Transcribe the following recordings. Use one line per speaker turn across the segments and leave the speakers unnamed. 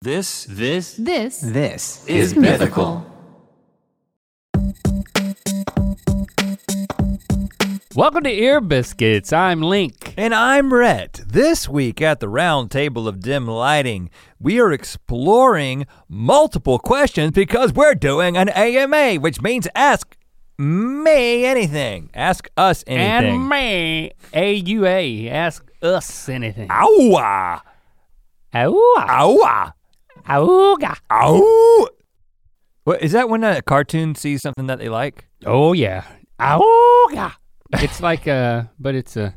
This
This
This
This
is mythical. Welcome to Ear Biscuits. I'm Link.
And I'm Rhett. This week at the Round Table of Dim Lighting, we are exploring multiple questions because we're doing an AMA, which means ask me anything. Ask us anything.
And me, AUA, ask us anything.
Ow!
Ow,
Ow!
Auga.
Ow! What, is that when a cartoon sees something that they like?
Oh yeah. Auga. It's like a, but it's a,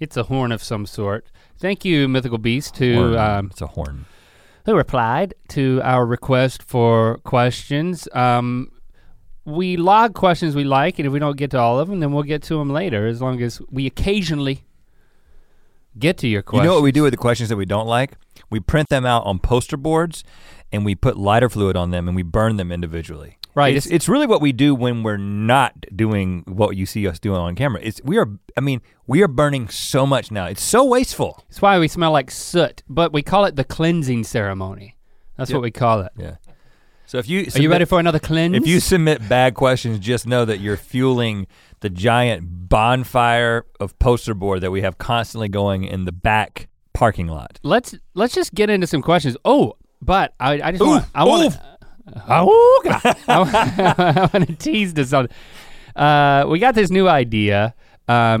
it's a horn of some sort. Thank you, Mythical Beast, who
Horn.
um,
it's a horn.
who replied to our request for questions. Um, we log questions we like, and if we don't get to all of them, then we'll get to them later. As long as we occasionally get to your
You
questions.
know what we do with the questions that we don't like? We print them out on poster boards and we put lighter fluid on them and we burn them individually.
Right,
It's,
it's-
it's really what we do when we're not doing what you see us doing on camera. It's we are I mean, we are burning so much now. It's so wasteful.
It's why we smell like soot, but we call it the cleansing ceremony. That's what we call it.
Yeah. So if you
Are you ready for another cleanse?
if you submit bad questions, just know that you're fueling the giant bonfire of poster board that we have constantly going in the back parking lot.
let's let's just get into some questions. Oh, but I, I just want
Oof,
I want
oof.
to I want to tease this on. Uh, we got this new idea um,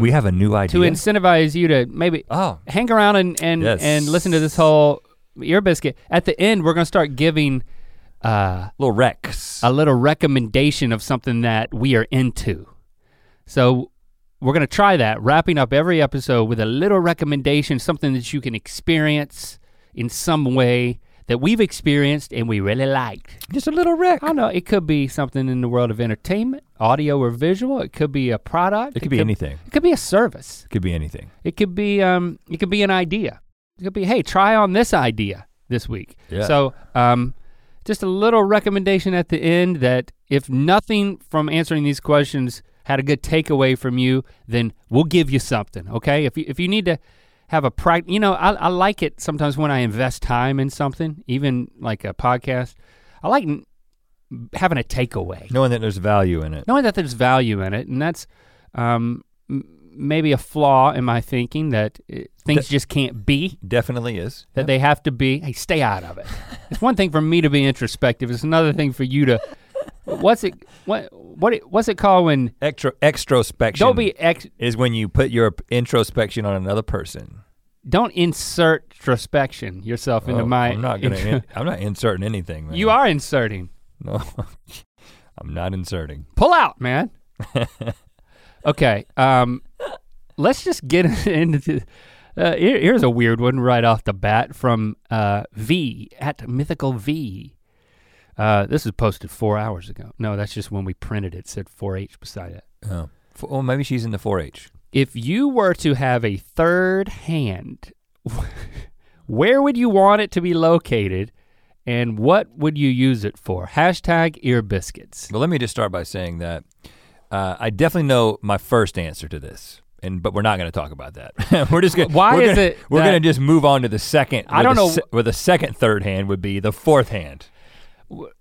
We have a new idea.
to incentivize you to maybe
oh.
hang around and and,
Yes.
and listen to this whole ear biscuit. At the end, we're gonna start giving uh,
Little Rex.
a little recommendation of something that we are into. So we're gonna try that, wrapping up every episode with a little recommendation, something that you can experience in some way that we've experienced and we really liked.
Just a little Rex.
I don't know, it could be something in the world of entertainment, audio or visual, it could be a product.
It could be anything.
It could be a service.
It could be anything.
It could be um it could be an idea. It could be, hey, try on this idea this week.
Yeah.
So um just a little recommendation at the end that if nothing from answering these questions had a good takeaway from you, then we'll give you something, okay? If you if you need to have a practice, you know, I, I like it sometimes when I invest time in something, even like a podcast. I like n- having a takeaway
Knowing that there's value in it.
knowing that there's value in it, and that's um, m- maybe a flaw in my thinking that uh things just can't be
Definitely is.
that they have to be. Hey, stay out of it. it's one thing for me to be introspective. It's another thing for you to. What's it? What what it, what's it called when?
Extra extrospection.
Don't be ex.
is when you put your introspection on another person.
Don't insert introspection yourself into
Oh,
my.
I'm not gonna. in- I'm not inserting anything. Man.
you are inserting.
No, I'm not inserting.
Pull out, man. okay. Um, let's just get into. The, uh, here- here's a weird one right off the bat from uh, V at Mythical V. Uh, this was posted four hours ago. No, that's just when we printed it. it said 4-H beside it.
Oh. F- oh, maybe she's in the 4-H.
If you were to have a third hand, where would you want it to be located, and what would you use it for? Hashtag ear biscuits.
But let me just start by saying that uh, I definitely know my first answer to this, and but we're not going to talk about that. we're just going.
Why
we're
is
gonna,
it
We're
that-
going to just move on to the second.
I
where
don't
the
know-
se- where the second third hand would be the fourth hand.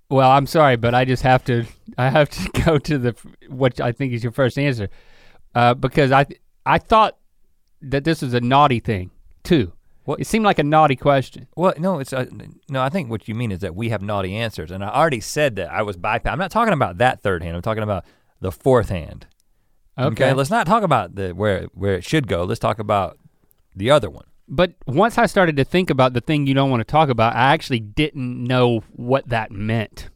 Well, I'm sorry, but I just have to. I have to go to the what I think is your first answer, uh, because I I thought that this was a naughty thing too.
What-
It seemed like a naughty question.
Well, no, it's uh, no. I think what you mean is that we have naughty answers, and I already said that I was bypass. I'm not talking about that third hand. I'm talking about the fourth hand. let's not talk about the where where it should go. Let's talk about the other one.
but once I started to think about the thing you don't want to talk about, I actually didn't know what that meant.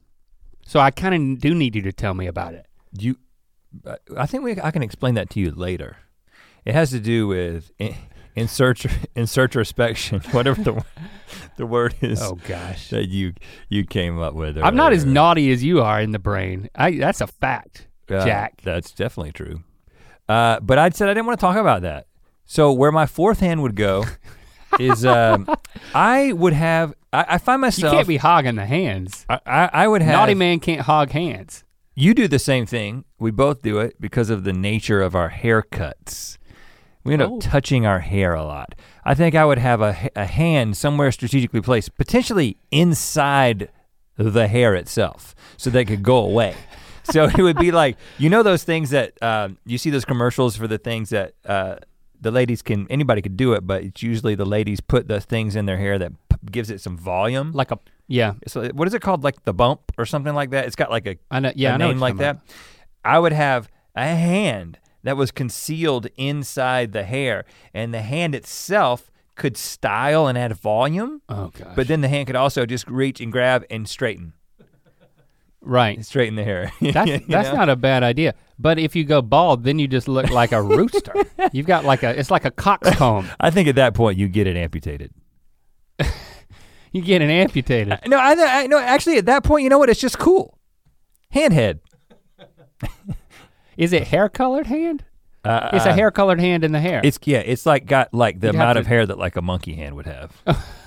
So I kind of do need you to tell me about it.
You, I- I think we I can explain that to you later. It has to do with in, insert insertrospection, whatever the wo- the word is
Oh gosh,
that you you came up with.
I'm not as
earlier.
naughty as you are in the brain. I that's a fact,
Yeah,
Jack.
That's definitely true. Uh, but I said I didn't want to talk about that. So where my fourth hand would go is um, I would have I, I find
You
myself
can't be hogging the hands.
I, I, I would have
Naughty man can't hog hands.
You do the same thing. We both do it because of the nature of our haircuts. We end up
Oh.
touching our hair a lot. I think I would have a, a hand somewhere strategically placed, potentially inside the hair itself, so they could go away. so it would be like you know those things that um, you see those commercials for the things that uh, the ladies can anybody could do it, but it's usually the ladies put the things in their hair that p- gives it some volume.
like a yeah.
so what is it called? Like the bump or something like that. It's got like a
I know. Yeah,
a
I know what
name
you're
like
talking
that.
about.
I would have a hand that was concealed inside the hair, and the hand itself could style and add volume,
Oh gosh.
but then the hand could also just reach and grab and straighten,
right.
and straighten the hair.
That's
You
that's
know?
not a bad idea. But if you go bald, then you just look like a rooster. You've got like a it's like a coxcomb.
I think at that point you get it amputated.
You get an amputated.
No, I, I no. Actually, at that point, you know what? It's just cool. Hand head.
Is it hair colored hand?
Uh,
It's a hair colored hand in the hair.
It's yeah, it's like got like the
You'd have
amount of
to-
hair that like a monkey hand would have.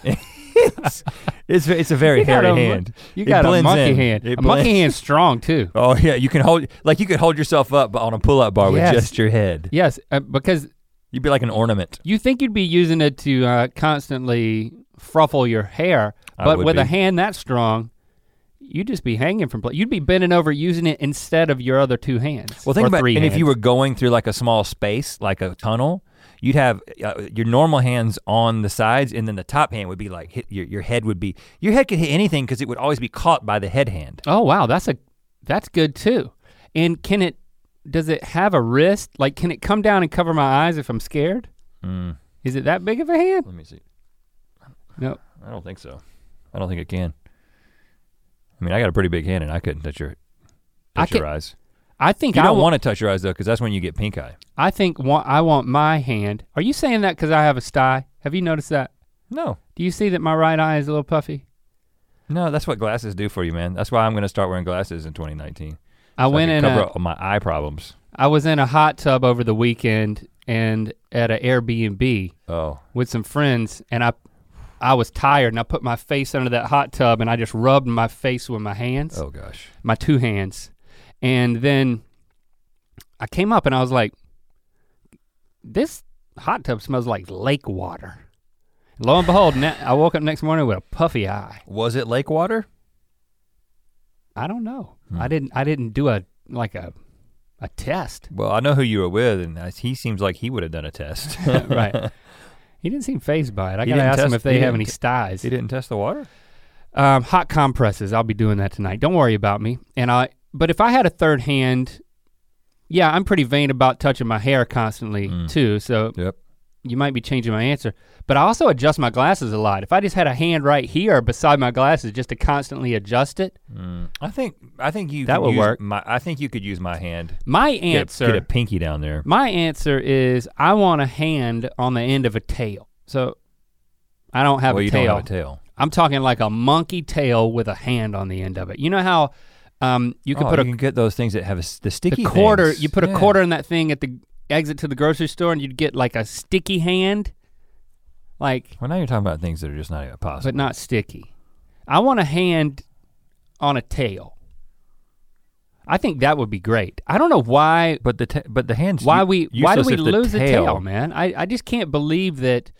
it's, it's it's a very
You got
hairy
a mon-
hand.
you
It
got a
blends
monkey
in.
hand.
It
a monkey
blends-
hand's strong too.
Oh yeah, you can hold like you could hold yourself up but on a pull-up bar
Yes.
with just your head.
Yes, uh, because
You'd be like an ornament.
you think you'd be using it to uh, constantly fruffle your hair,
I
but
would
with a
be.
hand that strong, you'd just be hanging from place. You'd be bending over using it instead of your other two hands.
Well, think
or
about
three
and if you were
hands.
going through like a small space, like a tunnel, you'd have uh, your normal hands on the sides, and then the top hand would be like hit your your head would be your head could hit anything because it would always be caught by the head hand.
Oh wow, that's a that's good too. And can it? Does it have a wrist? Like, can it come down and cover my eyes if I'm scared?
Mm,
Is it that big of a hand?
let me see.
No.
I don't think so. I don't think it can. I mean, I got a pretty big hand, and I couldn't touch your
I
touch your
could-
eyes.
I think
You
I
don't
wa-
want to touch your eyes though, because that's when you get pink eye.
I think wa- I want my hand. Are you saying that because I have a sty? Have you noticed that?
No,
Do you see that my right eye is a little puffy?
no, that's what glasses do for you, man. That's why I'm going to start wearing glasses in 2019. So
I went
can
in
cover
a,
up my eye problems.
I was in a hot tub over the weekend and at an Airbnb
Oh,
with some friends and I I was tired and I put my face under that hot tub and I just rubbed my face with my hands,
oh gosh.
my two hands. And then I came up and I was like this hot tub smells like lake water. Lo and behold, na- I woke up next morning with a puffy eye.
Was it lake water?
I don't know.
Hmm.
I didn't I didn't do a like a a test.
Well, I know who you were with, and I- he seems like he would have done a test.
right. He didn't seem phased by it. I
He didn't
gotta ask him
test-
if they
he
have
didn't
any styes.
he didn't test the water.
Um, hot compresses. I'll be doing that tonight. Don't worry about me. And I, but if I had a third hand, yeah, I'm pretty vain about touching my hair constantly
Mm.
too. So
Yep.
you might be changing my answer. But I also adjust my glasses a lot. If I just had a hand right here beside my glasses, just to constantly adjust it,
Mm. I think I think you
That
could
would
use
work.
My, I think you could use my hand.
my
Get a-
answer,
Get a pinky down there.
my answer is I want a hand on the end of a tail. So I don't have
well,
a
you
tail.
don't have a tail.
I'm talking like a monkey tail with a hand on the end of it. You know how um, you can
Oh,
put a
you can get those things that have a s the sticky
the quarter.
things.
You put a
Yeah.
quarter in that thing at the exit to the grocery store, and you'd get like a sticky hand, like
Well, now you're talking about things that are just not even possible.
but not sticky. I want a hand on a tail. I think that would be great. I don't know why
But the ta- but the hands.
why
u-
we why do
useless
we
if the
lose a
tail-
tail, man? I, I just can't believe that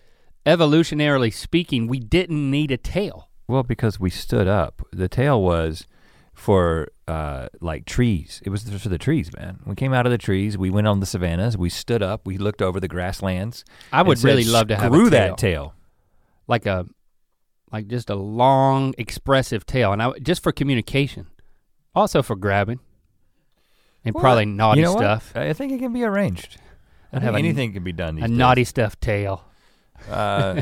evolutionarily speaking, we didn't need a tail.
Well, because we stood up. The tail was for uh, like trees. It was for the trees, man. We came out of the trees. We went on the savannas. We stood up. We looked over the grasslands.
I would
and said,
really love to have
Screw
a tail.
that tail.
like a like just a long expressive tail and I just for communication also for grabbing and
Well,
probably naughty
you know what?
stuff
I think it can be arranged. I
I'd
think
have a-
anything can be done. These
a
days.
naughty stuff tail
Uh,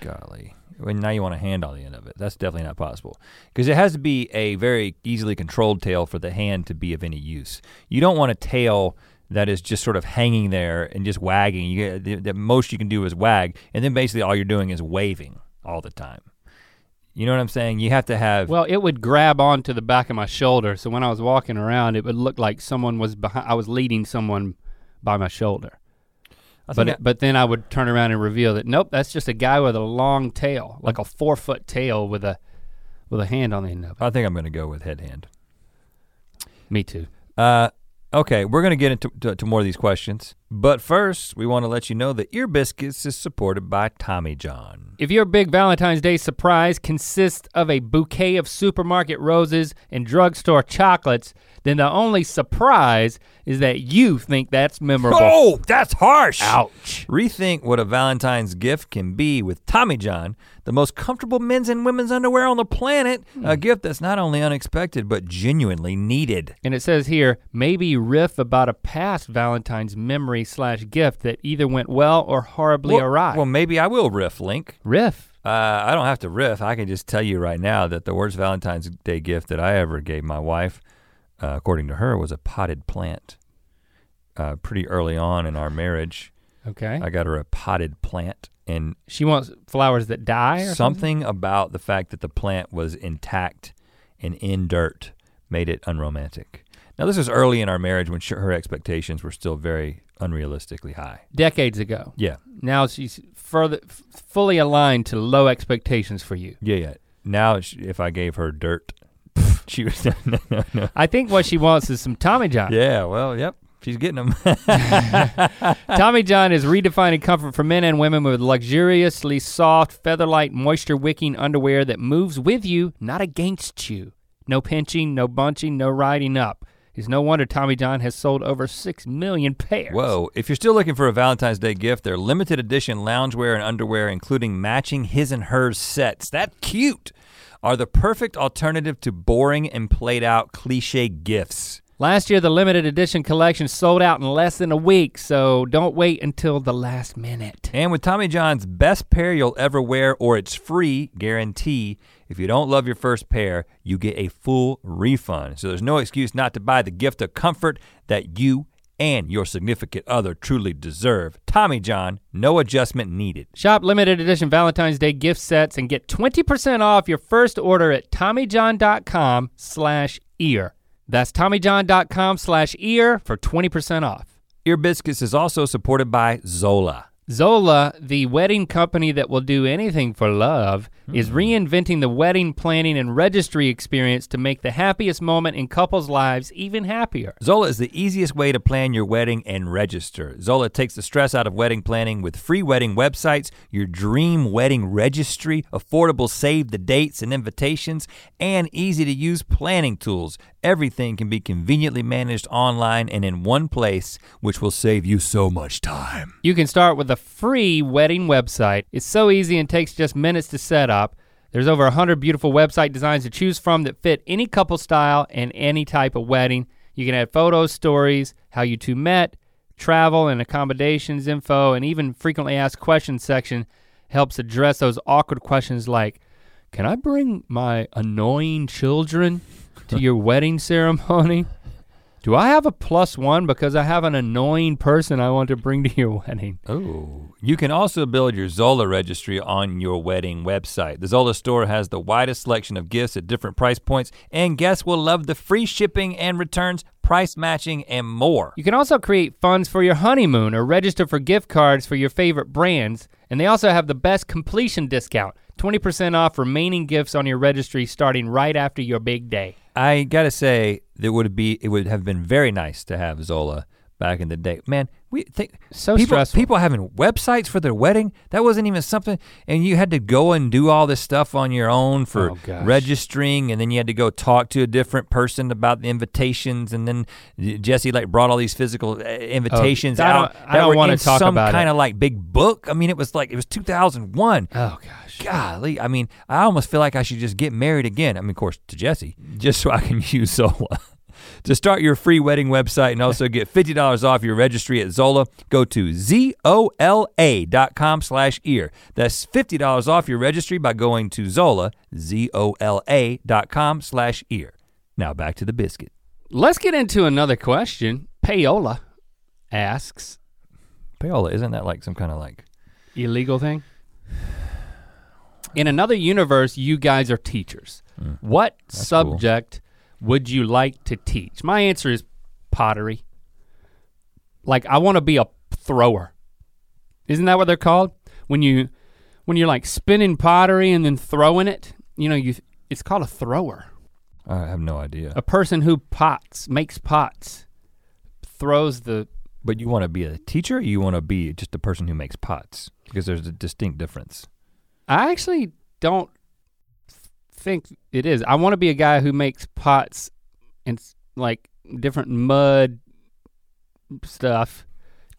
golly. Well, now you want a hand on the end of it. That's definitely not possible. Because it has to be a very easily controlled tail for the hand to be of any use. You don't want a tail that is just sort of hanging there and just wagging. You get, the, the most you can do is wag, and then basically all you're doing is waving all the time. You know what I'm saying? You have to have.
well it would grab onto the back of my shoulder so when I was walking around it would look like someone was behind I was leading someone by my shoulder
I
but
think
but then I would turn around and reveal that nope that's just a guy with a long tail like a 4 foot tail with a with a hand on the end of it
I, I think I'm going to go with head hand.
me too
Uh, okay, we're gonna get into to, to more of these questions. But first, we want to let you know that Ear Biscuits is supported by Tommy John.
If your big Valentine's Day surprise consists of a bouquet of supermarket roses and drugstore chocolates, then the only surprise is that you think that's memorable.
Oh, that's harsh.
Ouch.
Rethink what a Valentine's gift can be with Tommy John, the most comfortable men's and women's underwear on the planet. A gift that's not only unexpected, but genuinely needed.
And it says here, maybe riff about a past Valentine's memory slash gift that either went well or horribly
well,
awry.
well, maybe I will riff, Link.
riff.
Uh, I don't have to riff. I can just tell you right now that the worst Valentine's Day gift that I ever gave my wife, uh, according to her, was a potted plant. Uh, pretty early on in our marriage,
Okay.
I got her a potted plant, and
she wants flowers that die or something.
something about the fact that the plant was intact and in dirt made it unromantic. Now, this was early in our marriage when sh- her expectations were still very unrealistically high.
Decades ago.
Yeah,
Now she's further f- fully aligned to low expectations for you.
yeah, yeah. Now, sh- if I gave her dirt, she was no, no, no, no.
I think what she wants is some Tommy John.
Yeah, well, yep. She's getting them.
Tommy John is redefining comfort for men and women with luxuriously soft, feather-light, moisture-wicking underwear that moves with you, not against you. No pinching, no bunching, no riding up. It's no wonder Tommy John has sold over six million pairs.
Whoa. If you're still looking for a Valentine's Day gift, their limited edition loungewear and underwear, including matching his and hers sets, that cute, are the perfect alternative to boring and played out cliche gifts.
Last year, the limited edition collection sold out in less than a week, so don't wait until the last minute.
And with Tommy John's best pair you'll ever wear, or it's free guarantee, if you don't love your first pair, you get a full refund. So there's no excuse not to buy the gift of comfort that you and your significant other truly deserve. Tommy John, no adjustment needed.
Shop limited edition Valentine's Day gift sets and get 20% off your first order at TommyJohn.com slash ear. That's TommyJohn.com slash ear for 20% off.
Ear Biscuits is also supported by Zola.
Zola, the wedding company that will do anything for love, is reinventing the wedding planning and registry experience to make the happiest moment in couples' lives even happier.
Zola is the easiest way to plan your wedding and register. Zola takes the stress out of wedding planning with free wedding websites, your dream wedding registry, affordable save the dates and invitations, and easy to use planning tools. Everything can be conveniently managed online and in one place, which will save you so much time.
You can start with a free wedding website. It's so easy and takes just minutes to set up. There's over 100 beautiful website designs to choose from that fit any couple style and any type of wedding. You can add photos, stories, how you two met, travel and accommodations info, and even frequently asked questions section helps address those awkward questions like, can I bring my annoying children to your wedding ceremony? Do I have a plus one because I have an annoying person I want to bring to your wedding?
Oh. You can also build your Zola registry on your wedding website. The Zola store has the widest selection of gifts at different price points, and guests will love the free shipping and returns, price matching, and more.
You can also create funds for your honeymoon or register for gift cards for your favorite brands. And they also have the best completion discount 20% off remaining gifts on your registry starting right after your big day.
I gotta say, there would be it would have been very nice to have Zola back in the day. Man, we think
So
people,
stressful.
people having websites for their wedding, that wasn't even something and you had to go and do all this stuff on your own for
Oh, gosh.
registering and then you had to go talk to a different person about the invitations and then Jesse like brought all these physical uh, invitations
Oh, I don't-
out
I don't
that were
wanna
in
talk
some
about it.
kind of like big book. I mean it was like it was 2001.
Oh, gosh.
Golly, I mean, I almost feel like I should just get married again. I mean, of course, to Jesse, just so I can use Zola. to start your free wedding website and also get $50 off your registry at Zola, go to Z-O-L-A dot com slash ear. That's $50 off your registry by going to Zola, Z-O-L-A dot com slash ear. Now back to the biscuit.
Let's get into another question. Payola asks
Payola, isn't that like some kind of like,
illegal thing? In another universe, you guys are teachers. What
cool.
subject would you like to teach? My answer is pottery. Like I want to be a thrower. Isn't that what they're called? When you when you're like spinning pottery and then throwing it, you know, you it's called a thrower.
I have no idea.
A person who pots, makes pots, throws the
But you want to be a teacher? Or you want to be just a person who makes pots? Because there's a distinct difference.
I actually don't f- think it is. I want to be a guy who makes pots and s- like different mud stuff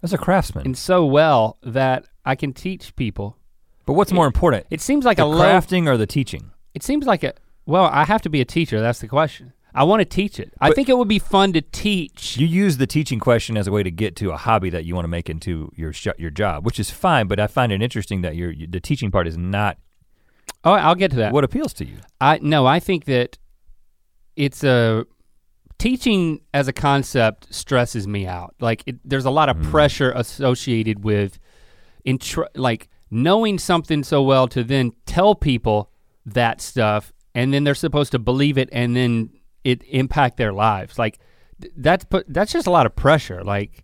That's a craftsman.
and so well that I can teach people.
but what's more important,
It seems like
the
a low
crafting or the teaching?
It seems like a well, I have to be a teacher, that's the question. I want to teach it. I
But-
think it would be fun to teach.
You use the teaching question as a way to get to a hobby that you want to make into your sh- your job, which is fine. But I find it interesting that your the teaching part is not
oh, I'll get to that.
what appeals to you.
I no, I think that it's a teaching as a concept stresses me out. Like it, there's a lot of pressure associated with in like knowing something so well to then tell people that stuff and then they're supposed to believe it and then it impact their lives. Like th- that's put that's just a lot of pressure. Like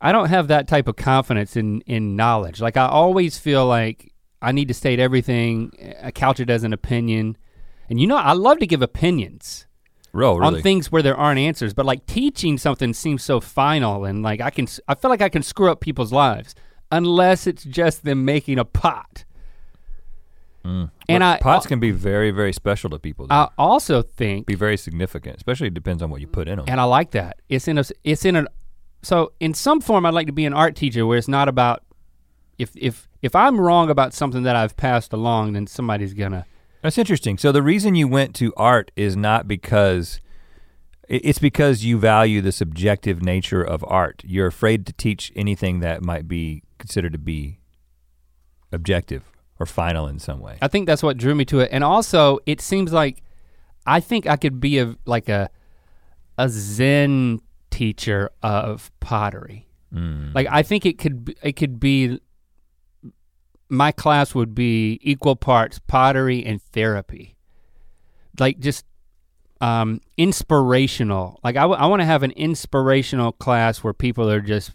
I don't have that type of confidence in in knowledge. Like I always feel like I need to state everything, uh, couch it as an opinion. And you know, I love to give opinions
Ro, really?
on things where there aren't answers, but like teaching something seems so final and like I can s- I feel like I can screw up people's lives unless it's just them making a pot. And I
Mm.
uh,
pots can be very very special to people.
I also think
be very significant, especially it depends on what you put in them.
and I like that. It's in a it's in a so in some form I'd like to be an art teacher where it's not about if if if I'm wrong about something that I've passed along then somebody's gonna
That's interesting. So the reason you went to art is not because i- it's because you value the subjective nature of art. You're afraid to teach anything that might be considered to be objective or final in some way.
I think that's what drew me to it. And also, it seems like I think I could be a like a a Zen teacher of pottery. Like I think it could b- it could be my class would be equal parts pottery and therapy. Like just um inspirational. Like I want to have an inspirational class where people are just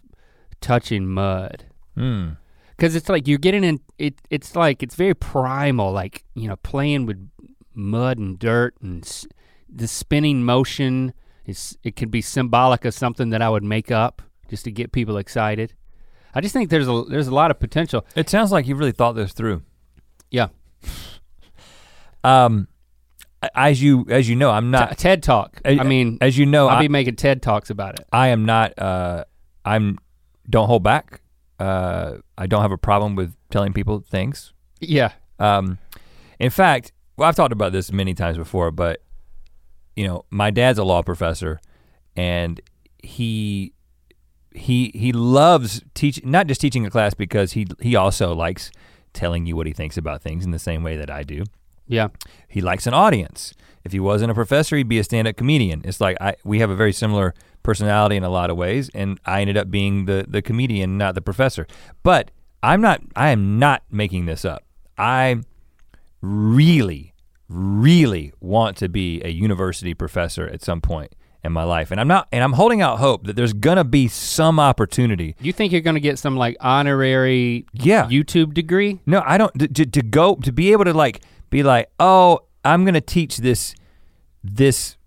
touching mud
Hmm.
because it's like you're getting in it it's like it's very primal like you know playing with mud and dirt and s- the spinning motion it's it could be symbolic of something that i would make up just to get people excited i just think there's a there's a lot of potential
It sounds like you really thought this through.
yeah
Um, a- as you as you know, I'm
T-
not.
ted talk I
a-
mean
as you know,
i'll
I,
be making ted talks about it
I am not. Uh, I'm don't hold back. Uh, I don't have a problem with telling people things.
yeah
Um, in fact, well, I've talked about this many times before, but you know, my dad's a law professor, and he he he loves teach not just teaching a class because he he also likes telling you what he thinks about things in the same way that I do.
yeah
He likes an audience. If he wasn't a professor, he'd be a stand-up comedian. It's like I we have a very similar personality in a lot of ways, and I ended up being the the comedian, not the professor. But I'm not. I am not making this up. I really, really want to be a university professor at some point in my life, and I'm not. And I'm holding out hope that there's gonna be some opportunity.
you think you're gonna get some like honorary
Yeah.
youtube degree
No, I don't. To, to go to be able to like be like, oh, I'm gonna teach this this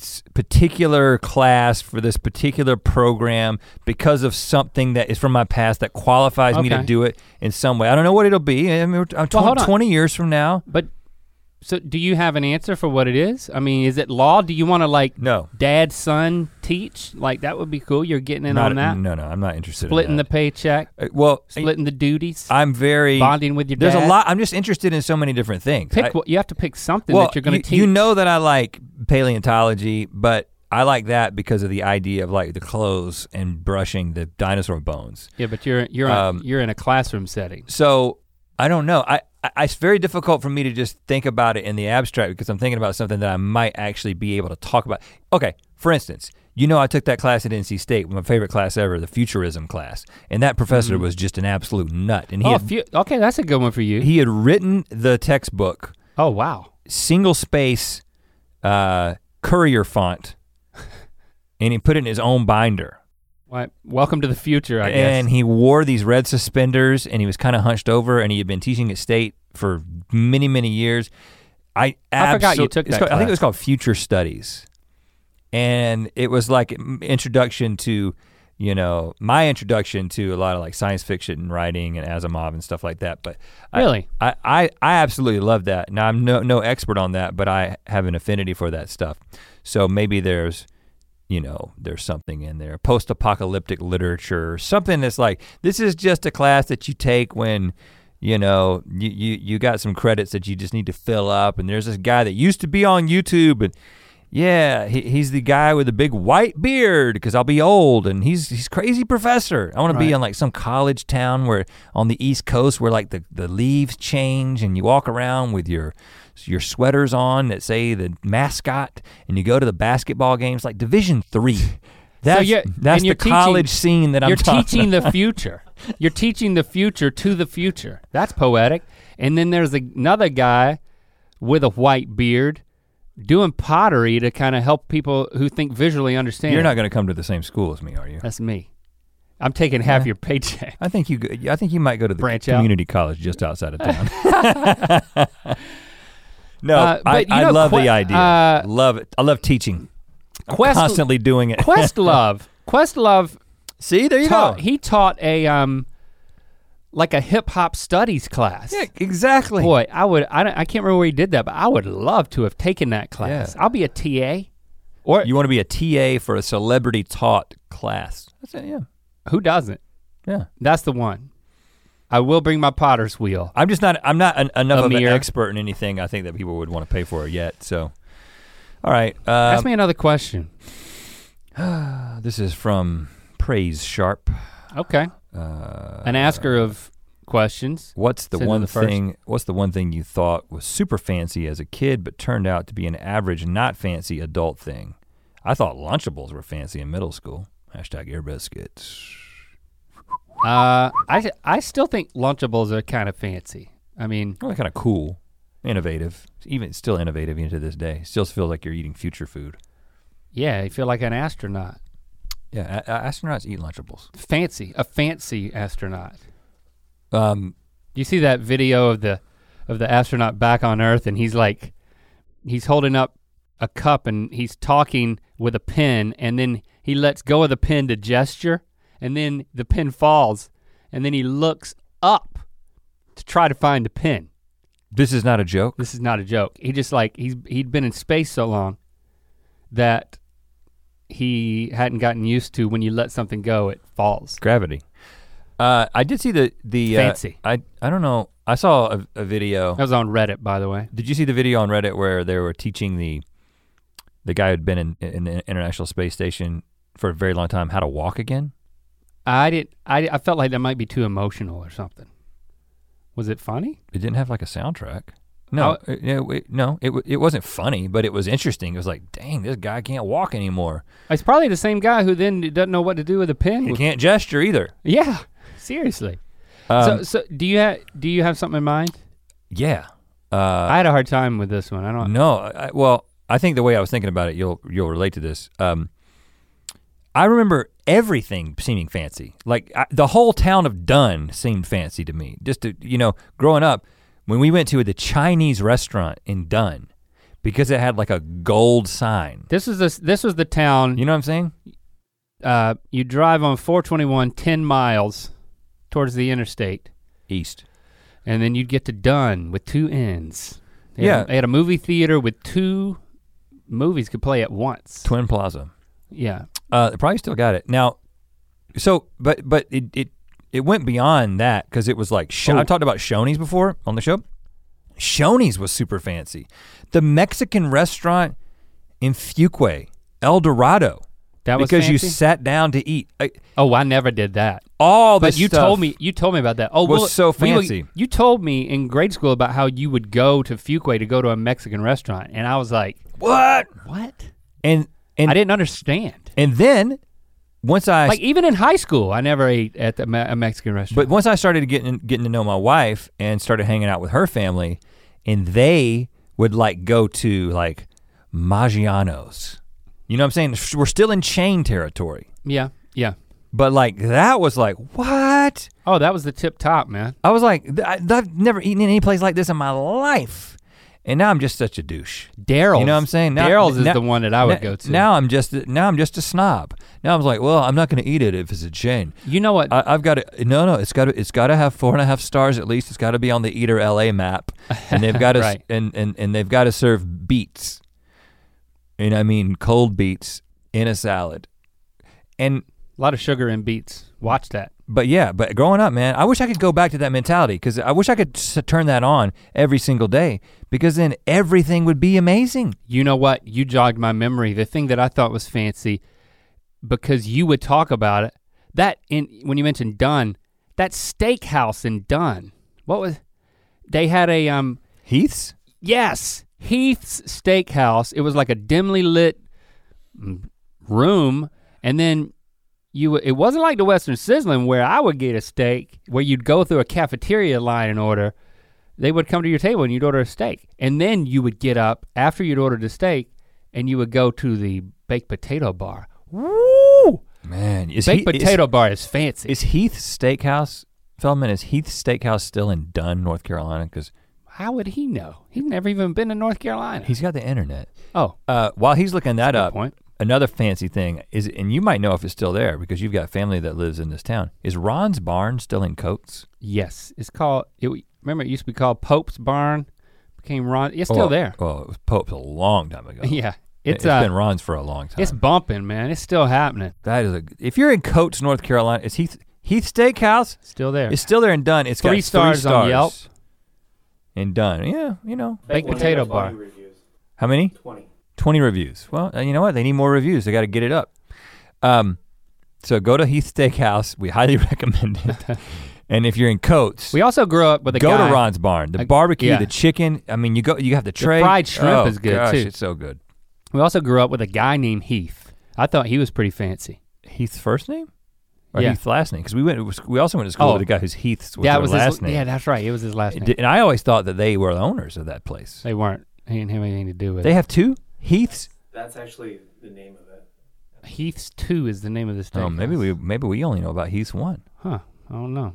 s- particular class for this particular program because of something that is from my past that qualifies me to
Okay.
do it in some way. I don't know what it'll be. I mean, I'm 20,
hold on.
20 years from now.
but so do you have an answer for what it is i mean is it law do you want to like
No,
dad son teach like that would be cool you're getting in
not,
on that
No, no, I'm not interested.
splitting
in
the
that.
paycheck
Uh, well,
splitting the duties
I'm very.
bonding with your
There's
dad
a lot. I'm just interested in so many different things.
pick
I-
what you have to pick something that you're going
you,
to teach
you know that I like paleontology, but I like that because of the idea of like the clothes and brushing the dinosaur bones.
yeah but you're you're
Um,
on, you're in a classroom setting
So I don't know. I, I it's very difficult for me to just think about it in the abstract because I'm thinking about something that I might actually be able to talk about. Okay, for instance, you know I took that class at NC State, my favorite class ever, the futurism class, and that professor was just an absolute nut, and he
Mm-hmm. oh
had,
few, okay that's a good one for you
he had written the textbook
oh wow
single space uh, courier font and he put it in his own binder.
Why, welcome to the future i guess
And he wore these red suspenders and he was kind of hunched over and he had been teaching at state for many, many years. I,
I forgot
abso-
you took
it's
that
called- I think it
class.
was called Future Studies. And it was like m- introduction to you know, my introduction to a lot of like science fiction writing and Asimov and stuff like that. But I-
Really?
I, I, I absolutely love that. Now I'm no no expert on that, but I have an affinity for that stuff. So maybe there's, you know, there's something in there. Post-apocalyptic literature, something that's like this is just a class that you take when, you know, you you, you got some credits that you just need to fill up. And there's this guy that used to be on YouTube and. Yeah, he, he's the guy with the big white beard because I'll be old, and he's he's crazy professor. I want to be
Right.
in like some college town where on the East Coast where like the, the leaves change and you walk around with your your sweaters on that say the mascot, and you go to the basketball games like Division Three. That's
you're-
that's
and
the
you're teaching-
college scene that I'm
You're
talking.
teaching the future. You're teaching the future to the future. That's poetic. And then there's another guy with a white beard doing pottery to kind of help people who think visually understand.
You're
it.
not going to come to the same school as me, are you?
That's me. I'm taking half your paycheck.
I think you. go- I think you might go to the
Branch out.
community college just outside of town. no,
Uh,
I,
but you
I
know,
love
que-
the idea.
uh,
love it. I love teaching. I'm
Quest-
constantly doing it.
Questlove. Questlove
See, there you
taught,
go.
he taught a um like a hip hop studies class.
yeah, exactly.
Boy, I would I, don't, I can't remember where he did that, but I would love to have taken that class.
Yeah.
I'll be a TA. Or
You want to be a TA for a celebrity taught class. That's it, yeah.
who doesn't?
Yeah.
That's the one. I will bring my potter's wheel.
I'm just not I'm not an, enough of an
Amir.
expert in anything I think that people would want to pay for yet. So all right. Uh,
Ask me another question.
this is from Praise Sharp.
Okay.
Uh,
An asker of questions.
what's the
Send in
one
the first.
thing what's the one thing you thought was super fancy as a kid but turned out to be an average not fancy adult thing? I thought lunchables were fancy in middle school. Hashtag air biscuits.
Uh, I I still think Lunchables are kind of fancy. I mean,
Well, kind of cool, innovative, even still innovative even to this day. Still feels like you're eating future food.
yeah, you feel like an astronaut.
Yeah, a- a- astronauts eat Lunchables.
Fancy, a fancy astronaut.
Um,
You see that video of the of the astronaut back on Earth, and he's like, he's holding up a cup, and he's talking with a pen, and then he lets go of the pen to gesture, and then the pen falls, and then he looks up to try to find the pen.
this is not a joke.
This is not a joke. He just like he's he'd been in space so long that he hadn't gotten used to when you let something go, it falls.
Gravity. Uh, I did see the the uh,
Fancy.
I I don't know. I saw a, a video.
That was on Reddit, by the way.
Did you see the video on Reddit where they were teaching the the guy who'd been in, in the International Space Station for a very long time how to walk again?
I did. I I felt like that might be too emotional or something. Was it funny?
It didn't have like a soundtrack. No, it, it, it- no, it wa- it wasn't funny, but it was interesting. It was like, dang, this guy can't walk anymore.
It's probably the same guy who then doesn't know what to do with a pen.
He
with-
can't gesture either.
yeah, seriously.
Um,
so so do you have do you have something in mind?
yeah. Uh,
I had a hard time with this one. I don't.
no. I, well, I think the way I was thinking about it, you'll you'll relate to this. Um, I remember everything seeming fancy. Like I, the whole town of Dunn seemed fancy to me. Just to, you know, growing up, when we went to the Chinese restaurant in Dunn, because it had like a gold sign.
This is this this was the town.
You know what I'm saying?
Uh, you drive on 421 10 miles towards the interstate,
East.
and then you'd get to Dunn with two ends. They
Yeah.
had, a- they had a movie theater with two movies could play at once.
Twin Plaza.
yeah,
Uh, they probably still got it now. So, but but it it, it went beyond that because it was like Sho-
Oh.
I've talked about Shoney's before on the show. Shoney's was super fancy. The Mexican restaurant in Fuquay, El Dorado,
that was
because you
fancy?
sat down to eat. I,
Oh, I never did that.
all the
Oh, But you
stuff-
told me you told me about that. Oh,
was
well,
so
we would-
fancy.
you told me in grade school about how you would go to Fuquay to go to a Mexican restaurant, and I was like,
what
"What?"
and and
I didn't understand.
and then once I
Like even in high school, I never ate at the, me- a Mexican
But
restaurant.
once I started getting getting to know my wife and started hanging out with her family, and they would like go to like Maggiano's. You know what I'm saying? We're still in chain territory.
yeah, yeah.
But like that was like what?
Oh, that was the tip top, man.
I was like th- I, I've never eaten in any place like this in my life. and now I'm just such a douche.
Daryl's.
You know what I'm saying? Now-
Daryl's is
now-
the one that I would
now,
go to.
Now I'm just now I'm just a snob. Now I'm like, well, I'm not going to eat it if it's a chain.
you know what?
I, I've got to no no. It's got to it's got to have four and a half stars at least. It's got to be on the Eater LA map, and they've got to
Right.
and, and and they've got to serve beets, and I mean cold beets in a salad, and
a lot of sugar in beets. Watch that.
but yeah, but growing up, man, I wish I could go back to that mentality because I wish I could s- turn that on every single day because then everything would be amazing.
You know what? You jogged my memory. The thing that I thought was fancy, because you would talk about it. That in when you mentioned Dunn, that steakhouse in Dunn. What was? They had a um.
Heath's.
Yes, Heath's Steakhouse. It was like a dimly lit mm, room, and then you. It wasn't like the Western Sizzling where I would get a steak, where you'd go through a cafeteria line and order. They would come to your table and you'd order a steak, and then you would get up after you'd ordered the steak, and you would go to the baked potato bar. Woo!
Man, is
Baked
Heath- is-
potato bar is fancy.
Is Heath Steakhouse, Feldman, is Heath Steakhouse still in Dunn, North Carolina? Because
How would he know? He's never even been to North Carolina.
he's got the internet.
oh,
Uh, while he's looking that
good
up,
point.
another fancy thing is, and you might know if it's still there because you've got family that lives in this town, is Ron's Barn still in Coates?
Yes, it's called. It, w- remember, it used to be called Pope's Barn. Became Ron. It's still
Or-
there.
Oh, it was Pope's a long time ago.
Yeah,
It's,
it's uh,
been Ron's for a long time.
it's bumping, man. It's still happening.
that is a, if you're in Coates, North Carolina, is Heath, Heath Steakhouse?
Still there.
It's still there in Dunn. It's got
Three stars
three
on
stars
Yelp.
In Dunn, yeah, you know.
Baked potato bar.
How many?
20.
20 reviews. Well, uh, you know what? They need more reviews. They got to get it up. Um, so go to Heath Steakhouse. We highly recommend it. and if you're in Coates,
We also grew up with a
go
guy.
to Ron's Barn. The
I-
barbecue,
yeah.
the chicken. I mean, you go. You have the tray.
fried shrimp
Oh,
is good,
gosh,
too.
It's so good.
We also grew up with a guy named Heath. I thought he was pretty fancy.
Heath's first name or
Yeah.
Heath's last name? Because we went. We also went to school
Oh.
with a guy whose Heath's was
that
their
was
last
his,
name.
Yeah, that's right. It was his last name.
D- and I always thought that they were the owners of that place.
They weren't. He didn't have anything to do with
They
it.
have two Heaths.
That's actually the name of it.
Heath's Two is the name of this thing.
Oh, maybe we maybe we only know about Heath's one.
Huh? I don't know.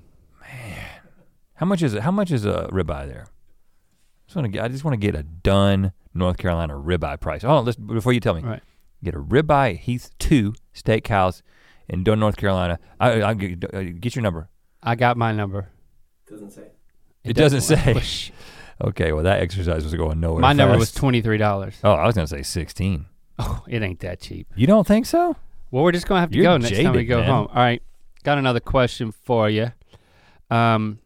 How much is it? How much is a ribeye there? I just want to get. I just want to get a done North Carolina ribeye price. Oh, let's before you tell me.
Right.
Get a ribeye at Heath Two Steakhouse in Dunn, North Carolina. I, I get uh, get your number.
I got my number.
Doesn't say.
It doesn't say.
Whoosh.
Okay, well that exercise was going nowhere.
My number was
fast.
twenty three dollars.
Oh, I was gonna say sixteen.
Oh, it ain't that cheap.
You don't think so?
Well, we're just gonna have to
You're
go next time we
jaded,
go
man.
home. All right, got another question for you. Um,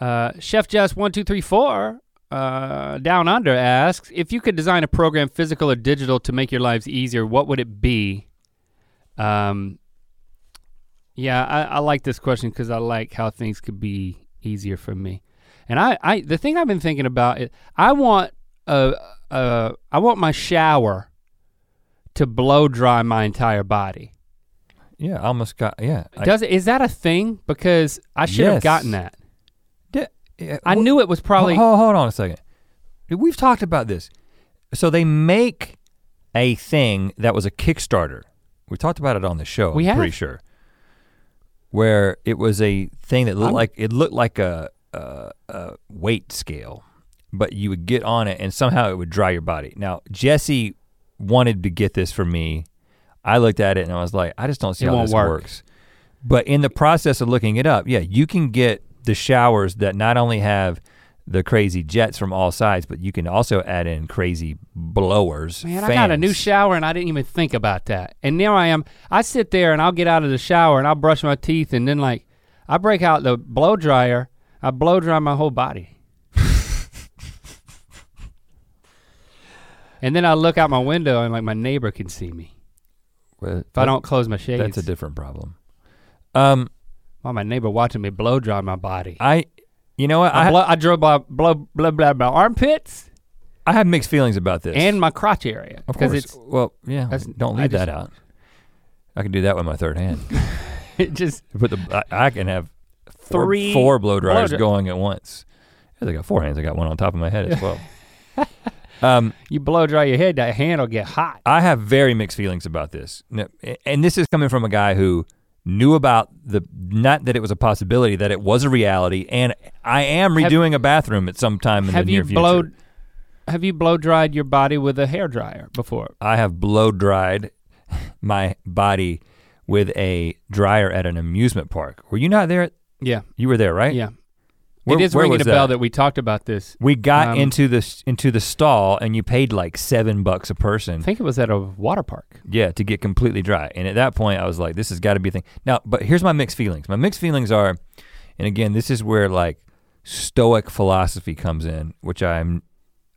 uh, Chef Jess one two three four uh, down under asks if you could design a program, physical or digital, to make your lives easier. What would it be? Um, yeah, I, I like this question because I like how things could be easier for me. And I, I the thing I've been thinking about is I want a, a I want my shower to blow dry my entire body.
Yeah, I almost got. Yeah, I-
Does it is that a thing? Because I should
Yes.
have gotten that.
Yeah, yeah,
I
well-
knew it was probably
Ho- ho- Hold, on a second. We've talked about this. So they make a thing that was a Kickstarter. We talked about it on the show.
We
I'm
have?
pretty sure. Where it was a thing that looked
I'm-
like it looked like a, a, a weight scale, but you would get on it and somehow it would dry your body. Now Jesse wanted to get this for me. I looked at it and I was like, I just don't see
It
how
won't
this
work.
works. But in the process of looking it up, yeah, you can get the showers that not only have the crazy jets from all sides, but you can also add in crazy blowers.
man, I got a new
fans.
shower and I didn't even think about that. And now I am I sit there and I'll get out of the shower and I'll brush my teeth and then like I break out the blow dryer, I blow dry my whole body. and then I look out my window and like my neighbor can see me.
Well,
If I don't close my shades,
that's a different problem. Um,
Why my neighbor watching me blow dry my body.
I, you know what?
I,
I,
blow, I drew my blow blah blah my armpits.
I have mixed feelings about this.
and my crotch area
of
because
course,
it's
well, yeah.
that's-
Don't
I
leave
just-
that out. I can do that with my third hand.
it just
But the I, I can have four,
Three
four blow dryers
blow dry-
going at once. I got four hands. I got one on top of my head as well. um,
you blow dry your head, that hand will get hot.
I have very mixed feelings about this, No, and this is coming from a guy who knew about the not that it was a possibility that it was a reality, and I am
Have-
redoing a bathroom at some time in
Have
the near
you
future.
blowed? have you blow dried your body with a hair dryer before?
I have blow dried my body with a dryer at an amusement park. Were you not there?
Yeah,
You were there, right?
yeah.
Where-
it is
where
ringing
was
a bell
that?
that we talked about this.
We got
Um,
into the s- into the stall and you paid like seven bucks a person.
I think it was at a water park.
Yeah, to get completely dry. And at that point, I was like, this has got to be a thing. Now, but here's my mixed feelings. My mixed feelings are, and again, this is where like Stoic philosophy comes in, which I'm,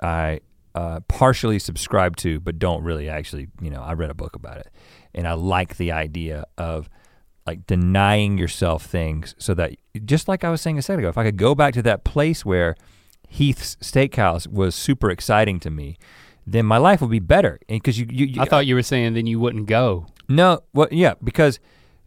I uh, partially subscribe to, but don't really actually, you know, I read a book about it. And I like the idea of like denying yourself things so that, just like I was saying a second ago, if I could go back to that place where Heath's Steakhouse was super exciting to me, then my life would be better. And because you, you, you
I thought you were saying then you wouldn't go.
no, well, yeah, because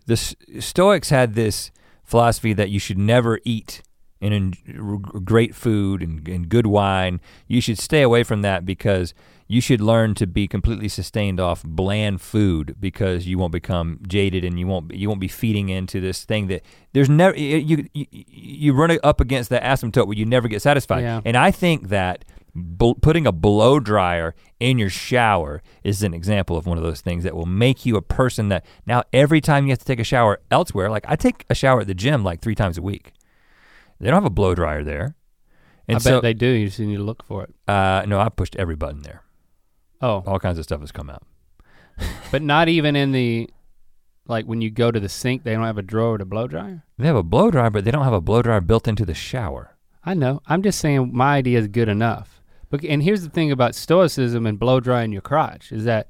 the S- Stoics had this philosophy that you should never eat and en- r- great food and, and good wine. You should stay away from that because you should learn to be completely sustained off bland food because you won't become jaded and you won't you won't be feeding into this thing that there's never you you, you run up against that asymptote where you never get satisfied.
Yeah.
And I think that bl- putting a blow dryer in your shower is an example of one of those things that will make you a person that now every time you have to take a shower elsewhere, like I take a shower at the gym like three times a week. They don't have a blow dryer there. And
I
so,
bet they do. You just need to look for it.
uh, no, I pushed every button there.
Oh,
All kinds of stuff has come out.
but not even in the, like when you go to the sink, they don't have a drawer to blow dryer.
They have a blow dryer, but they don't have a blow dryer built into the shower.
I know. I'm just saying my idea is good enough. But and here's the thing about stoicism and blow drying your crotch is that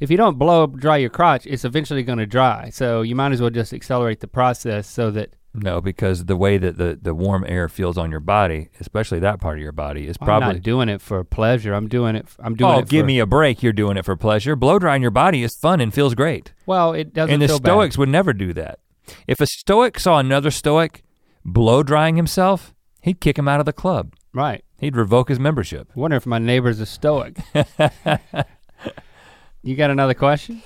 if you don't blow dry your crotch, it's eventually going to dry. So you might as well just accelerate the process so that
No, because the way that the, the warm air feels on your body, especially that part of your body, is
I'm
probably
not doing it for pleasure. I'm doing it. I'm doing
oh,
it.
give
for,
me a break. You're doing it for pleasure. Blow drying your body is fun and feels great.
Well, it doesn't.
and the
feel
Stoics would never do that. If a Stoic saw another Stoic blow drying himself, he'd kick him out of the club.
bad. right?
He'd revoke his membership.
I wonder if my neighbor's a stoic. you got another question?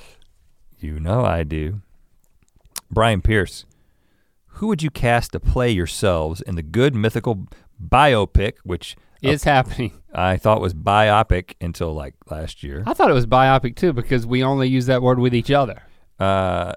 You know I do. Brian Pierce, who would you cast to play yourselves in the good mythical biopic, which
It's happening.
I thought was biopic until like last year?
I thought it was biopic too because we only use that word with each other.
Uh,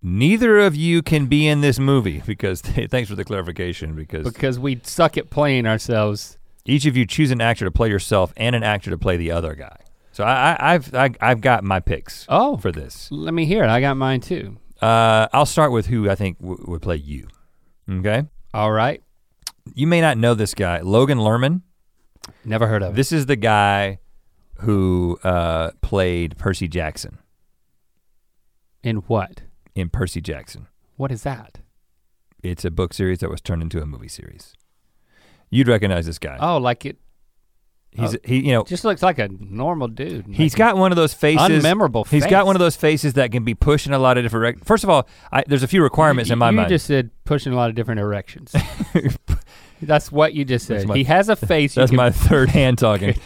neither of you can be in this movie because thanks for the clarification because
because we suck at playing ourselves.
each of you choose an actor to play yourself and an actor to play the other guy. So I, I, I've I, I've got my picks
Oh,
for this.
let me hear it. I got mine too.
Uh, I'll start with who I think w- would play you. Okay,
All right.
you may not know this guy, Logan Lerman.
Never heard of it.
This is the guy who uh, played Percy Jackson
In what?
in Percy Jackson.
What is that?
It's a book series that was turned into a movie series. You'd recognize this guy.
Oh, like it
he's he, you know,
uh, just looks like a normal dude.
he's
Like
got one of those faces.
unmemorable.
He's got one of those faces that can be pushed in a lot of different. Rec- First of all, I, there's a few requirements in my
you
mind.
just said pushing a lot of different erections. That's what you just
That's
said.
my-
he has a face. you
That's
can-
my third hand talking.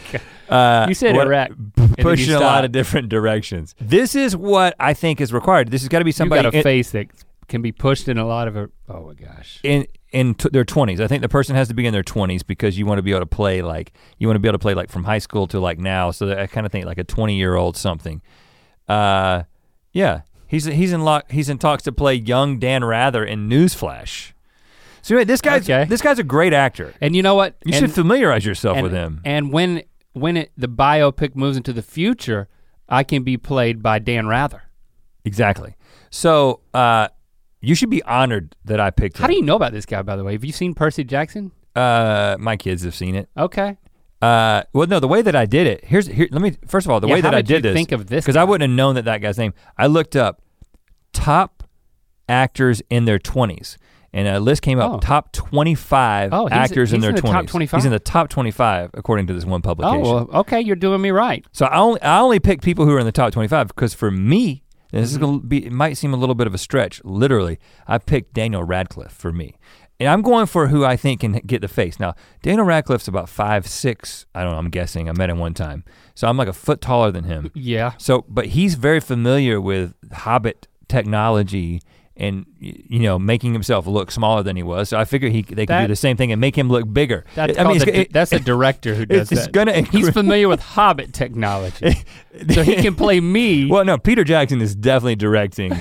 Uh,
You said
what-
erect. then
Pushing
you
a lot
stopped.
of different directions. This is what I think is required. This has got to be somebody
you got a
in,
face that can be pushed in a lot of. A, oh my gosh.
in in t- their 20s. I think the person has to be in their 20s because you want to be able to play like you want to be able to play like from high school to like now. So that I kind of think like a 20 year old something. Uh, yeah, he's he's in lock. He's in talks to play young Dan Rather in Newsflash. So anyway, this guy's
Okay.
this guy's a great actor.
And you know what?
You
and,
should familiarize yourself
and,
with him.
And when when it, the biopic moves into the future, I can be played by Dan Rather.
Exactly. So uh, you should be honored that I picked
How do
him.
you know about this guy, by the way? Have you seen Percy Jackson?
uh, my kids have seen it.
Okay.
Uh, well, no, the way that I did it. Here's here. Let me first of all, the
Yeah,
way
how
that I
did
did
you
this.
think of this
because I wouldn't have known that that guy's name. I looked up top actors in their twenties, and a list came up
Oh.
top twenty-five
Oh, he's-
actors in
he's
their
in the top
twenties.
25?
He's in the top twenty-five according to this one
Oh,
publication.
well, okay, you're doing me right.
So I only I only pick people who are in the top 25 because for me, and this
Mm-hmm.
is gonna be it might seem a little bit of a stretch. Literally, I picked Daniel Radcliffe for me, and I'm going for who I think can get the face. Now Daniel Radcliffe's about five six. I don't know. I'm guessing. I met him one time, so I'm like a foot taller than him.
Yeah.
So, but he's very familiar with Hobbit technology and y- you know making himself look smaller than he was. So I figure he they could do
That-
the same thing and make him look bigger.
That's,
I mean,
called
it's-
the-
it-
that's a director who does
it's
that.
gonna
He's
increase-
familiar with Hobbit technology, so he can play me.
Well, no, Peter Jackson is definitely directing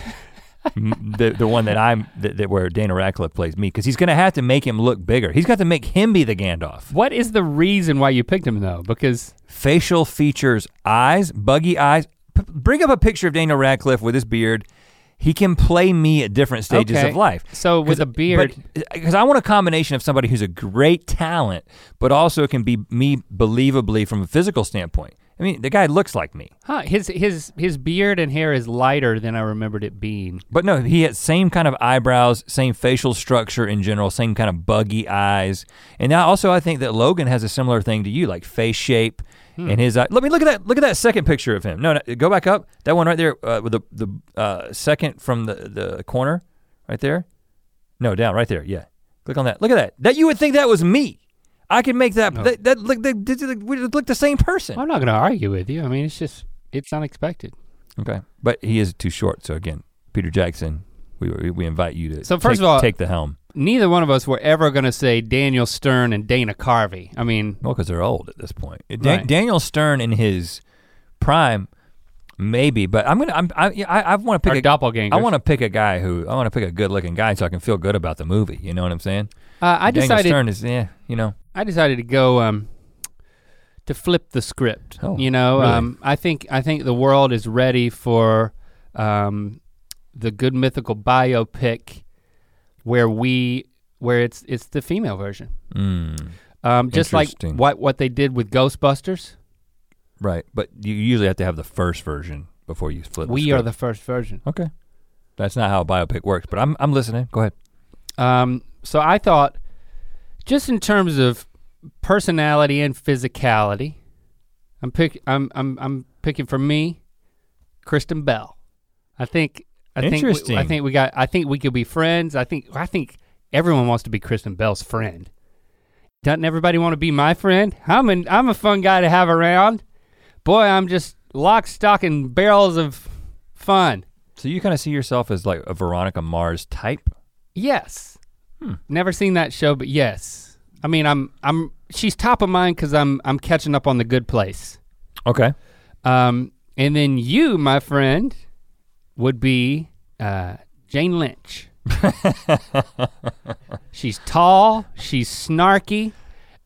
m- the the one that I'm that, that where Dana Radcliffe plays me because he's gonna have to make him look bigger. He's got to make him be the Gandalf.
what is the reason why you picked him though? Because
Facial features, eyes, buggy eyes. P- bring up a picture of Daniel Radcliffe with his beard. He can play me at different stages
okay,
of life.
So with a beard,
Because I want a combination of somebody who's a great talent, but also can be me believably from a physical standpoint. I mean, the guy looks like me,
huh, his his his beard and hair is lighter than I remembered it being.
but no, he has same kind of eyebrows, same facial structure in general, same kind of buggy eyes, and now also I think that Logan has a similar thing to you, like face shape.
Hmm.
And his eye. Let me look at that. Look at that second picture of him. No, no go back up. That one right there uh, with the the uh, second from the the corner, right there. No, down right there. Yeah. Click on that. Look at that. That you would think that was me. I could make that. That, that look. They, they, they, we look the same person.
I'm not gonna argue with you. I mean, it's just it's unexpected.
Okay, but he is too short. So again, Peter Jackson, we we, we invite you to.
So first
take-
of all-
take the helm.
Neither one of us were ever gonna say Daniel Stern and Dana Carvey. I mean,
Well, because they're old at this point. Dan-
Right.
Daniel Stern in his prime, maybe. But I'm gonna. I'm, I I, I want to
our
pick. A,
doppelgangers.
I want to pick a guy who I want to pick a good-looking guy so I can feel good about the movie. You know what I'm saying?
Uh, I
Daniel
decided.
Stern is yeah. You know.
I decided to go um to flip the script.
Oh,
you know,
really?
um I think I think the world is ready for um the good mythical biopic where we where it's it's the female version.
Mm.
Um just like
Interesting.
what what they did with Ghostbusters.
Right, but you usually have to have the first version before you flip.
we are the first version.
okay. That's not how a biopic works, but I'm I'm listening. Go ahead.
Um, so I thought, just in terms of personality and physicality, I'm pick. I'm I'm I'm picking for me, Kristen Bell. I think. I Think we, I
Interesting.
think we got. I think we could be friends. I think. I think everyone wants to be Kristen Bell's friend. Doesn't everybody want to be my friend? I'm an, I'm a fun guy to have around. Boy, I'm just lock, stock, and barrels of fun.
So you kind of see yourself as like a Veronica Mars type.
Yes. Never seen that show, but yes. I mean, I'm I'm she's top of mind because I'm I'm catching up on the Good Place.
Okay.
Um, and then you, my friend, would be uh, Jane Lynch. she's tall. She's snarky.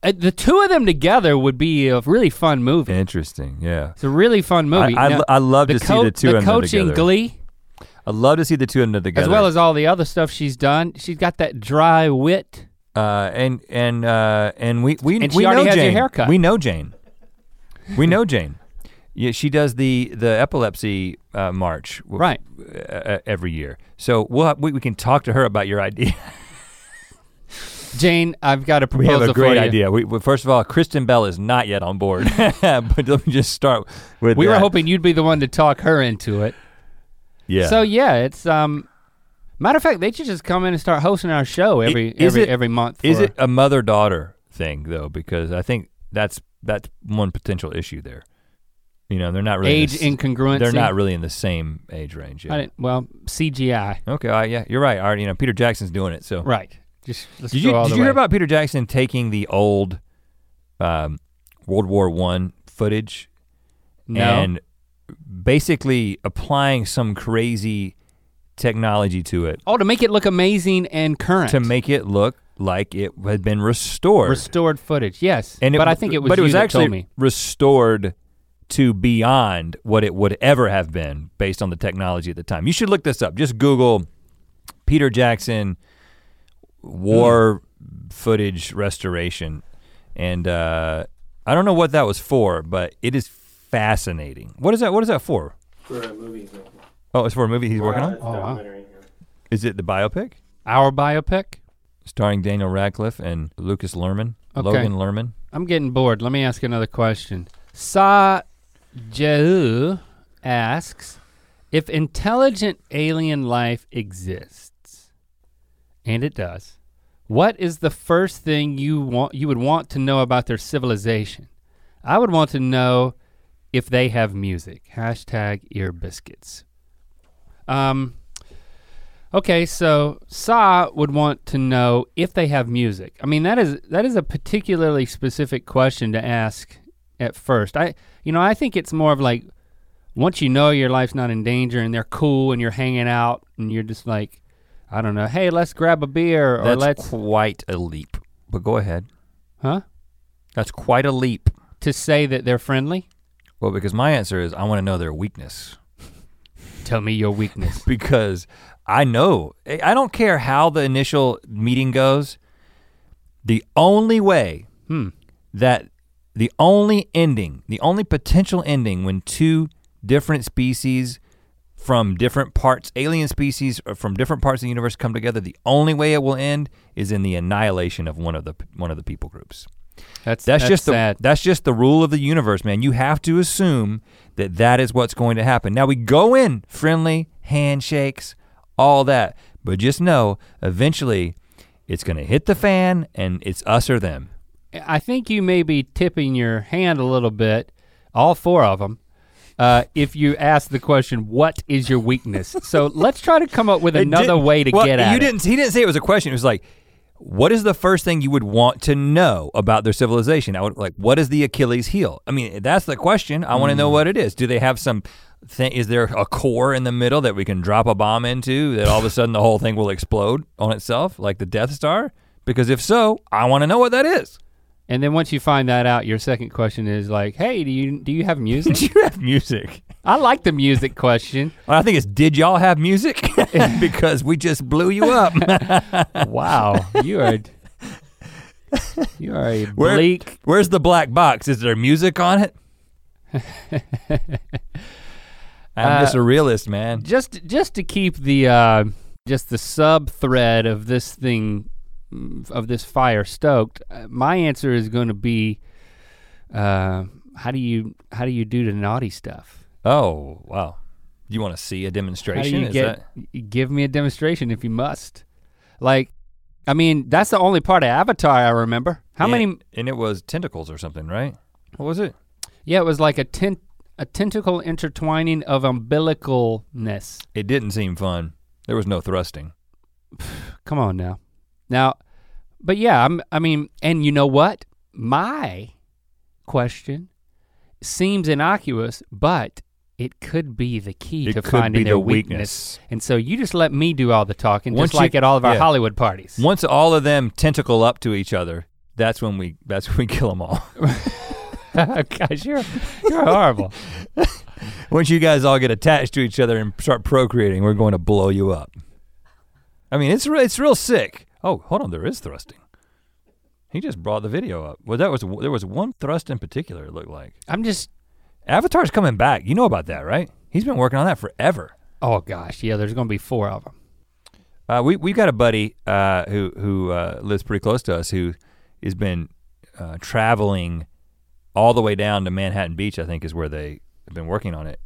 Uh, the two of them together would be a really fun movie.
Interesting. Yeah.
It's a really fun
I,
movie.
I,
Now,
lo- I love to
co-
see the two
the
of them
coaching
together.
Glee.
I love to see the two of them together.
As well as all the other stuff she's done, she's got that dry wit.
uh, and and uh, and we we
And she
we
already
know
has your
Jane.
haircut.
We know Jane. We know Jane. Yeah, she does the the epilepsy uh, march w-
Right.
uh, every year. So we'll have, we we can talk to her about your idea.
Jane, I've got a
We
proposal
have a
for
great
you.
idea. We, we- first of all, Kristen Bell is not yet on board, but let me just start with.
We were
that.
hoping you'd be the one to talk her into it.
Yeah.
So yeah, it's um matter of fact, they should just come in and start hosting our show every
is
every
it-
every month.
Is
for-
it a mother daughter thing though? Because I think that's that's one potential issue there. You know, they're not really
age
in the,
incongruency?
s- they're not really in the same age range.
I
Yet.
didn't, well, CGI.
Okay, all right, yeah, you're right. All right, you know, Peter Jackson's doing it. So
Right. Just let's
did
go
you
all
did
the
you hear
way.
about Peter Jackson taking the old um, World War One footage
No.
and basically applying some crazy technology to it
oh, to make it look amazing and current.
to make it look like it had been restored.
restored footage. Yes.
And it,
but I think it was
but it
you
was
that
actually
told me.
restored to beyond what it would ever have been based on the technology at the time. You should look this up. Just Google Peter Jackson war
Hmm.
footage restoration, and uh, I don't know what that was for, but it is fascinating. What is that? What is that for?
For a movie he's making.
Oh, it's for a movie he's working
Uh,
on.
it's a
Oh, wow.
documentary, yeah.
Is it the biopic
Our biopic?
starring Daniel Radcliffe and Lucas Lerman,
Okay.
Logan Lerman?
I'm getting bored. Let me ask another question. Sa Jehu asks if intelligent alien life exists, and it does. What is the first thing you want you would want to know about their civilization? I would want to know if they have music. Hashtag ear biscuits. Um, Okay, so Sa would want to know if they have music. I mean, that is that is a particularly specific question to ask at first. I you know, I think it's more of like once you know your life's not in danger and they're cool and you're hanging out and you're just like I don't know, hey, let's grab a beer or
That's
let's
quite a leap. But go ahead.
huh?
That's quite a leap.
To say that they're friendly?
Well, because my answer is I want to know their weakness
Tell me your weakness.
because I know I I don't care how the initial meeting goes. The only way
hmm.
that the only ending, the only potential ending when two different species from different parts, alien species uh, from different parts of the universe come together, the only way it will end is in the annihilation of one of the one of the people groups.
That's
That's, just the
sad.
that's just the rule of the universe, man. You have to assume that that is what's going to happen. Now we go in friendly handshakes, all that, but just know eventually it's going to hit the fan and it's us or them.
I think you may be tipping your hand a little bit, all four of them, uh, if you ask the question, "What is your weakness?" so let's try to come up with
They
another
didn't-
way to
well,
get at
you
it.
didn't he didn't say it was a question it was like what is the first thing you would want to know about their civilization i would like what is the achilles heel i mean that's the question i want to
Mm.
know what it is do they have some thing is there a core in the middle that we can drop a bomb into that all of a sudden the whole thing will explode on itself like the death star because if so i want to know what that is
And then once you find that out, your second question is like, "Hey, do you do you have music?"
do you have music
I like the music question.
i think it's did y'all have music because we just blew you up
Wow, you are you are a
Where-
bleak.
where's the black box is there music on it I'm just
Uh,
a realist, man.
Just just to keep the uh, just the sub thread of this thing mm, of this fire stoked, uh, my answer is going to be uh, how do you how do you do the naughty stuff?
Oh, wow. You want to see a
How do
demonstration?
you
Is
get
that-
y- give me a demonstration if you must? Like I mean, that's the only part of Avatar I remember. How
and-
many
And it was tentacles or something, right? What was it?
Yeah, it was like a tent a tentacle intertwining of umbilicalness.
It didn't seem fun. There was no thrusting.
Come on now. Now, but yeah, I'm, I mean, and you know what? My question seems innocuous, but it could be the key
It
to
could
finding
be
their
the
weakness.
weakness.
And so you just let me do all the talking,
Once
just
you-
like at all of our
yeah.
Hollywood parties.
Once all of them tentacle up to each other, that's when we that's when we kill them all.
Gosh, you're, you're horrible.
Once you guys all get attached to each other and start procreating, we're going to blow you up. I mean, it's re- it's real sick. Oh, hold on, there is thrusting. He just brought the video up. Well, that was there was one thrust in particular. It looked like
I'm just,
Avatar's coming back. You know about that, right? He's been working on that forever.
oh gosh, yeah, there's gonna be four of them.
Uh, we we've got a buddy uh, who who uh, lives pretty close to us who has been uh, traveling all the way down to Manhattan Beach. I think is where they have been working on it.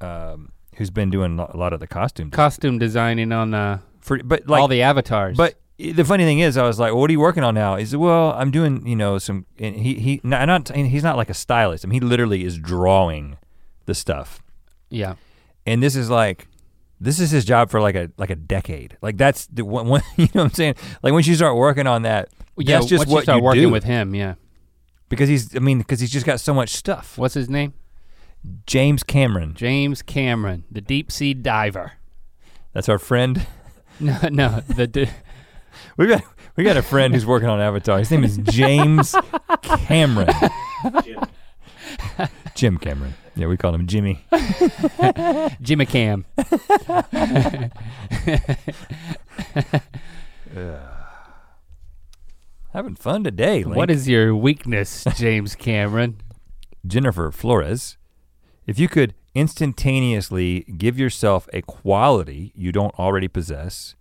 Um, who's been doing a lot of the costume
Costume designing on uh,
for, but like
all the avatars.
But i- the funny thing is, I was like, "What are you working on now?" He said, "Well, I'm doing, you know, some." And he he not, not and he's not like a stylist. I mean, he literally is drawing the stuff.
yeah,
And this is like, this is his job for like a like a decade. Like that's the one. one you know what I'm saying? Like once you start working on that,
yeah.
that's just
once
what
you start
you
working
do.
with him, yeah.
because he's. I mean, because he's just got so much stuff.
What's his name?
James Cameron.
James Cameron, the deep sea diver.
That's our friend.
No, no, the di-
We got we got a friend who's working on Avatar. His name is James Cameron.
Jim,
Jim Cameron. Yeah, we call him Jimmy.
Jimmy Cam.
Having fun today. Link.
What is your weakness, James Cameron?
Jennifer Flores, if you could instantaneously give yourself a quality you don't already possess,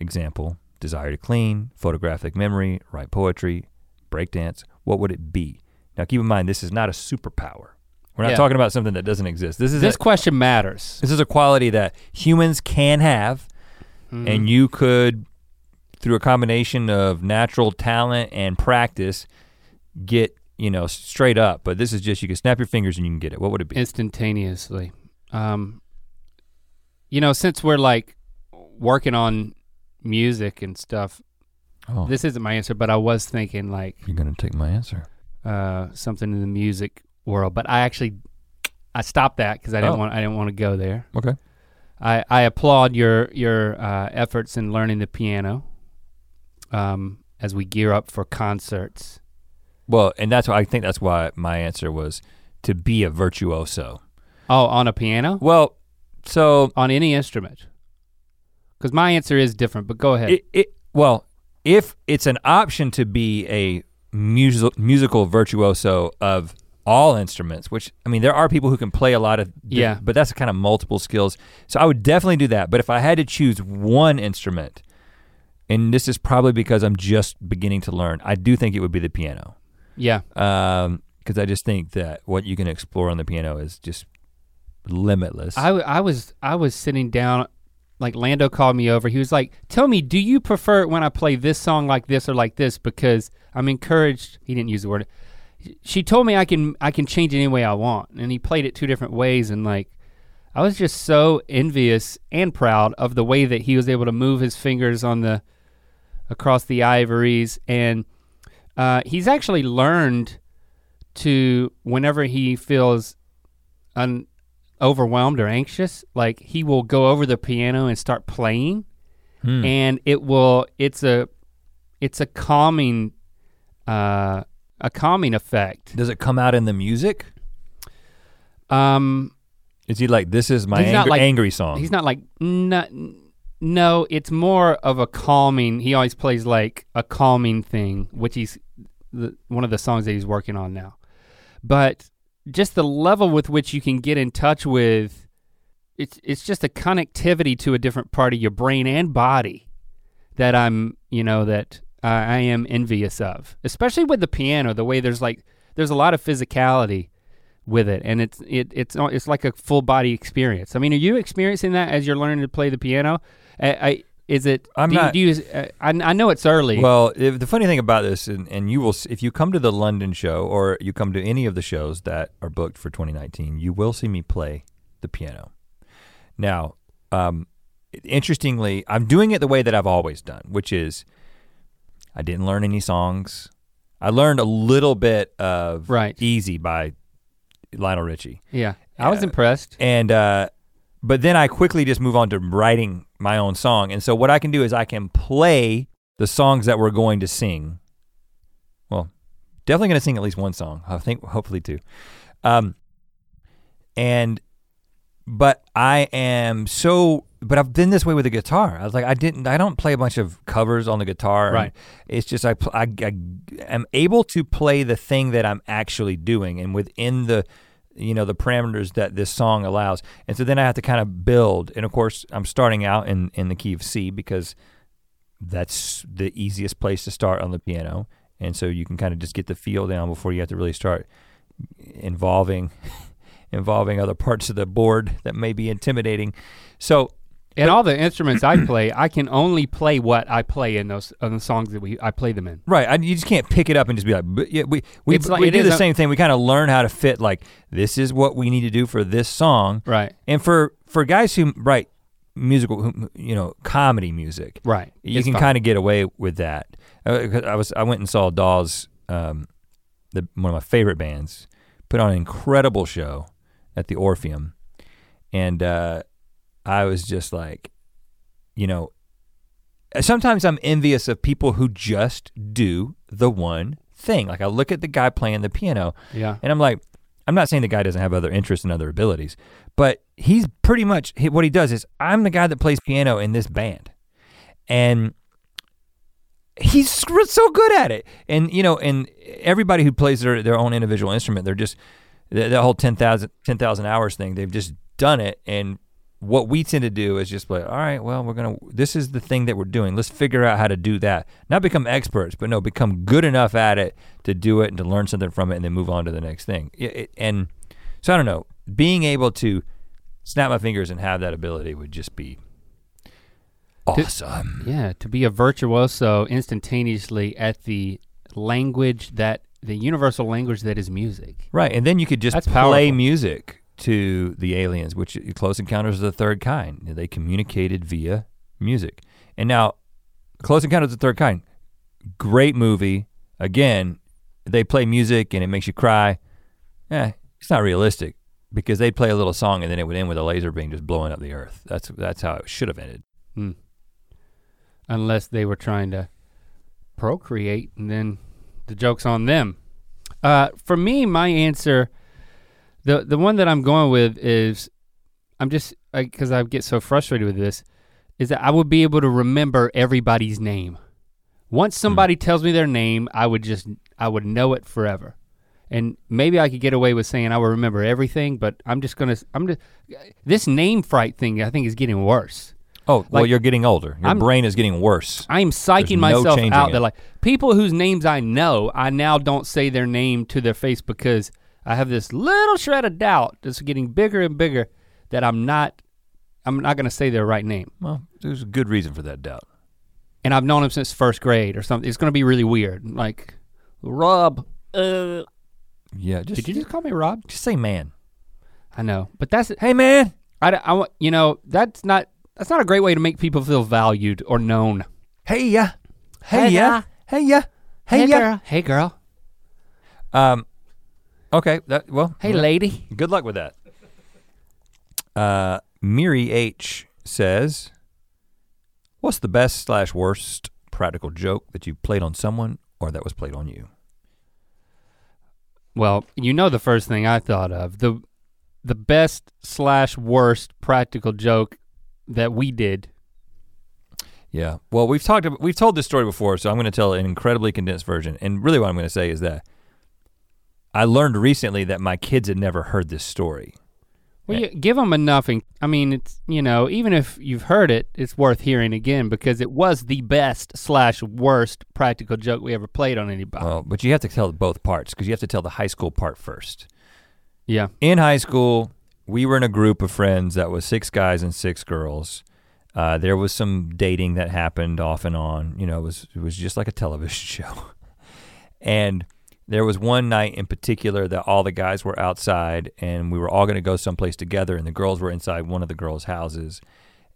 example, desire to clean, photographic memory, write poetry, breakdance, what would it be? Now keep in mind, this is not a superpower. We're not
Yeah.
talking about something that doesn't exist. This is
This
a,
question matters.
this is a quality that humans can have, and you could, through a combination of natural talent and practice, get you know straight up. But this is just you can snap your fingers and you can get it. What would it be?
Instantaneously. Um, you know, since we're like working on music and stuff,
Oh,
this isn't my answer, but I was thinking like
you're gonna take my answer.
uh, something in the music world, but I actually I stopped that because I didn't
Oh.
want I didn't want to go there.
Okay.
I, I applaud your your uh, efforts in learning the piano um, as we gear up for concerts.
Well, and that's why I think that's why my answer was to be a virtuoso.
Oh, on a piano?
Well, so
On any instrument? Because my answer is different, but go ahead.
it, it well, if it's an option to be a musical musical virtuoso of all instruments, which I mean, there are people who can play a lot of di-
Yeah.
but that's kind of multiple skills. So I would definitely do that. But if I had to choose one instrument, and this is probably because I'm just beginning to learn, I do think it would be the piano.
yeah.
um because i just think that what you can explore on the piano is just limitless
I, w- I was I was sitting down, like Lando called me over. He was like, "Tell me, do you prefer it when I play this song like this or like this?" Because I'm encouraged. He didn't use the word. She told me I can I can change it any way I want, and he played it two different ways, and like, I was just so envious and proud of the way that he was able to move his fingers on the across the ivories, and uh, he's actually learned to whenever he feels un overwhelmed or anxious, like he will go over the piano and start playing
Hmm.
and it will it's a it's a calming uh a calming effect.
does it come out in the music
Um
is he like this is my
He's not
angry,
like-
angry song
he's not like "N- no, it's more of a calming. He always plays like a calming thing, which he's the, one of the songs that he's working on now. But just the level with which you can get in touch with it's it's just a connectivity to a different part of your brain and body that I'm, you know, that I I am envious of. Especially with the piano, the way there's like there's a lot of physicality with it and it's it, it's not- it's like a full body experience i mean are you experiencing that as you're learning to play the piano i, I is it
I'm
do you-
not-
do you, uh, I, I know it's early
well if, the funny thing about this and, and you will s- if you come to the london show or you come to any of the shows that are booked for 2019 you will see me play the piano now um interestingly i'm doing it the way that i've always done which is i didn't learn any songs i learned a little bit of
Right.
easy by lionel richie
yeah i was
Yeah.
impressed
and uh, but then I quickly just move on to writing my own song. And so what I can do is I can play the songs that we're going to sing. Well, definitely going to sing at least one song. I think hopefully two. Um, and but I am so. But I've been this way with the guitar. I was like, I didn't. I don't play a bunch of covers on the guitar.
Right.
It's just I, pl- I I am able to play the thing that I'm actually doing, and within the you know the parameters that this song allows. And so then I have to kind of build. And of course, I'm starting out in in the key of C because that's the easiest place to start on the piano. And so you can kind of just get the feel down before you have to really start involving involving other parts of the board that may be intimidating. So
and all the instruments i play i can only play what i play in those on the songs that we i play them in
right, I, you just can't pick it up and just be like, "But yeah, we we,
It's like-
we
it
do
is
the
a-
same thing. We kind of learn how to fit like this is what we need to do for this song.
right
And for for guys who write musical, who- you know, comedy music,
right
you
It's
can
fine.
kind of get away with that. Uh, 'cause I was I went and saw Dawes, um, the, one of my favorite bands, put on an incredible show at the Orpheum, and uh, I was just like, you know, uh, sometimes I'm envious of people who just do the one thing. Like I look at the guy playing the piano,
yeah
and I'm like, I'm not saying the guy doesn't have other interests and other abilities, but he's pretty much he- what he does is I'm the guy that plays piano in this band, and he's scr- so good at it. And you know, and everybody who plays their their own individual instrument, they're just the, the whole 10,000 10,000 hours thing. They've just done it, and what we tend to do is just like, all right, well, we're gonna this is the thing that we're doing. Let's figure out how to do that. Not become experts, but no, become good enough at it to do it and to learn something from it, and then move on to the next thing. Yeah, it- and so I don't know, being able to snap my fingers and have that ability would just be awesome.
yeah to be a virtuoso instantaneously at the language that the universal language that is music
Right, and then you could just
That's
play
powerful.
music to the aliens, which Close Encounters of the Third Kind. They communicated via music. And now, Close Encounters of the Third Kind, great movie. Again, they play music and it makes you cry. Eh, it's not realistic because they'd play a little song and then it would end with a laser beam just blowing up the earth. That's that's how it should have ended.
Hmm. Unless they were trying to procreate, and then the joke's on them. Uh, for me, my answer, the the one that I'm going with is, I'm just because I, get so frustrated with this, is that I would be able to remember everybody's name. Once somebody tells me their name, I would just I would know it forever, and maybe I could get away with saying I would remember everything. But I'm just gonna I'm just this name fright thing I think is getting worse.
Oh, well,
Like-
you're getting older. Your
I'm-
brain is getting worse.
I am psyching
There's no
myself
changing
out
it.
there. Like people whose names I know, I now don't say their name to their face because I have this little shred of doubt that's getting bigger and bigger that I'm not, I'm not gonna say their right name.
Well, there's a good reason for that doubt.
And I've known them since first grade or something. It's gonna be really weird. Like, Rob. Uh,
Yeah, just
did you just call me Rob?
just say man.
I know, but that's
Hey man.
I, I want- you know that's not that's not a great way to make people feel valued or known.
Hey ya. Hey
Hey,
ya.
ya.
Hey ya. Hey ya.
girl. Hey girl.
Um Okay, that well.
Hey lady.
Good luck with that. Uh, Miri H says, "What's the best slash worst practical joke that you played on someone or that was played on you?"
Well, you know the first thing I thought of the the best slash worst practical joke that we did.
Yeah. Well, we've talked. About, we've told this story before, so I'm going to tell an incredibly condensed version. And really, what I'm going to say is that I learned recently that my kids had never heard this story.
Well, you give them enough, and I mean, it's you know, even if you've heard it, it's worth hearing again because it was the best slash worst practical joke we ever played on anybody.
Well, but you have to tell both parts because you have to tell the high school part first.
yeah,
in high school, we were in a group of friends that was six guys and six girls. Uh, there was some dating that happened off and on. You know, it was it was just like a television show. and there was one night in particular that all the guys were outside, and we were all going to go someplace together, and the girls were inside one of the girls' houses,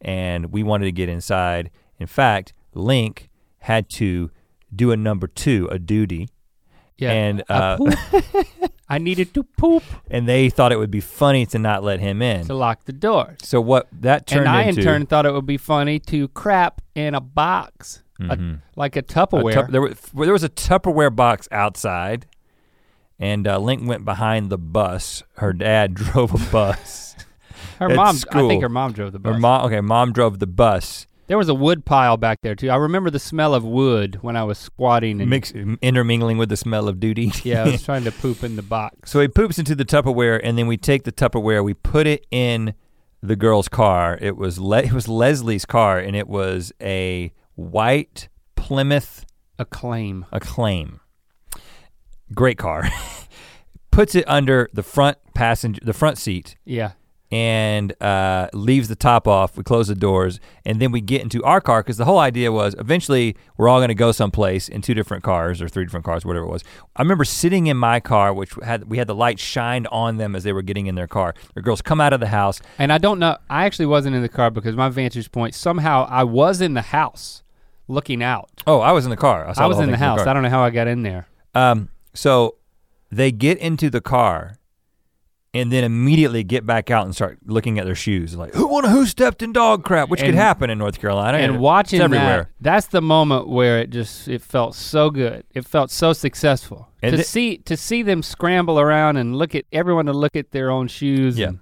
and we wanted to get inside. In fact, Link had to do a number two, a duty,
yeah.
and uh,
I, poop. I needed to poop
and they thought it would be funny to not let him in.
to lock the doors.
So what that turned
and I
into
in turn thought it would be funny to crap in a box, a- like a
Mm-hmm. a
Tupperware.
Tup- there, was, there was a Tupperware box outside, and uh, Link went behind the bus. Her dad drove a bus.
her
at
mom, I
school.
think her mom drove the bus.
her mom, okay, mom drove the bus,
There was a wood pile back there too. I remember the smell of wood when I was squatting and
mix, intermingling with the smell of duty.
yeah, I was trying to poop in the box.
So he poops into the Tupperware, and then we take the Tupperware, we put it in the girl's car. It was Le- it was Leslie's car, and it was a white Plymouth
Acclaim.
Acclaim. Great car. Puts it under the front passenger, the front seat,
Yeah.
and uh, leaves the top off. We close the doors, and then we get into our car because the whole idea was eventually we're all going to go someplace in two different cars or three different cars, whatever it was. I remember sitting in my car, which had we had the light shined on them as they were getting in their car. The girls come out of the house.
And I don't know I actually wasn't in the car because my vantage point somehow I was in the house looking out.
Oh, I was in the car. I, saw
I was
whole
in
thing
the
from
house.
car.
I don't know how I got in there.
Um, so they get into the car and then immediately get back out and start looking at their shoes like who won a who stepped in dog crap which could
And-
happen in North Carolina
and
it's
watching that,
everywhere
that's the moment where it just it felt so good. It felt so successful.
And
to
thi-
see to see them scramble around and look at everyone to look at their own shoes.
Yeah.
and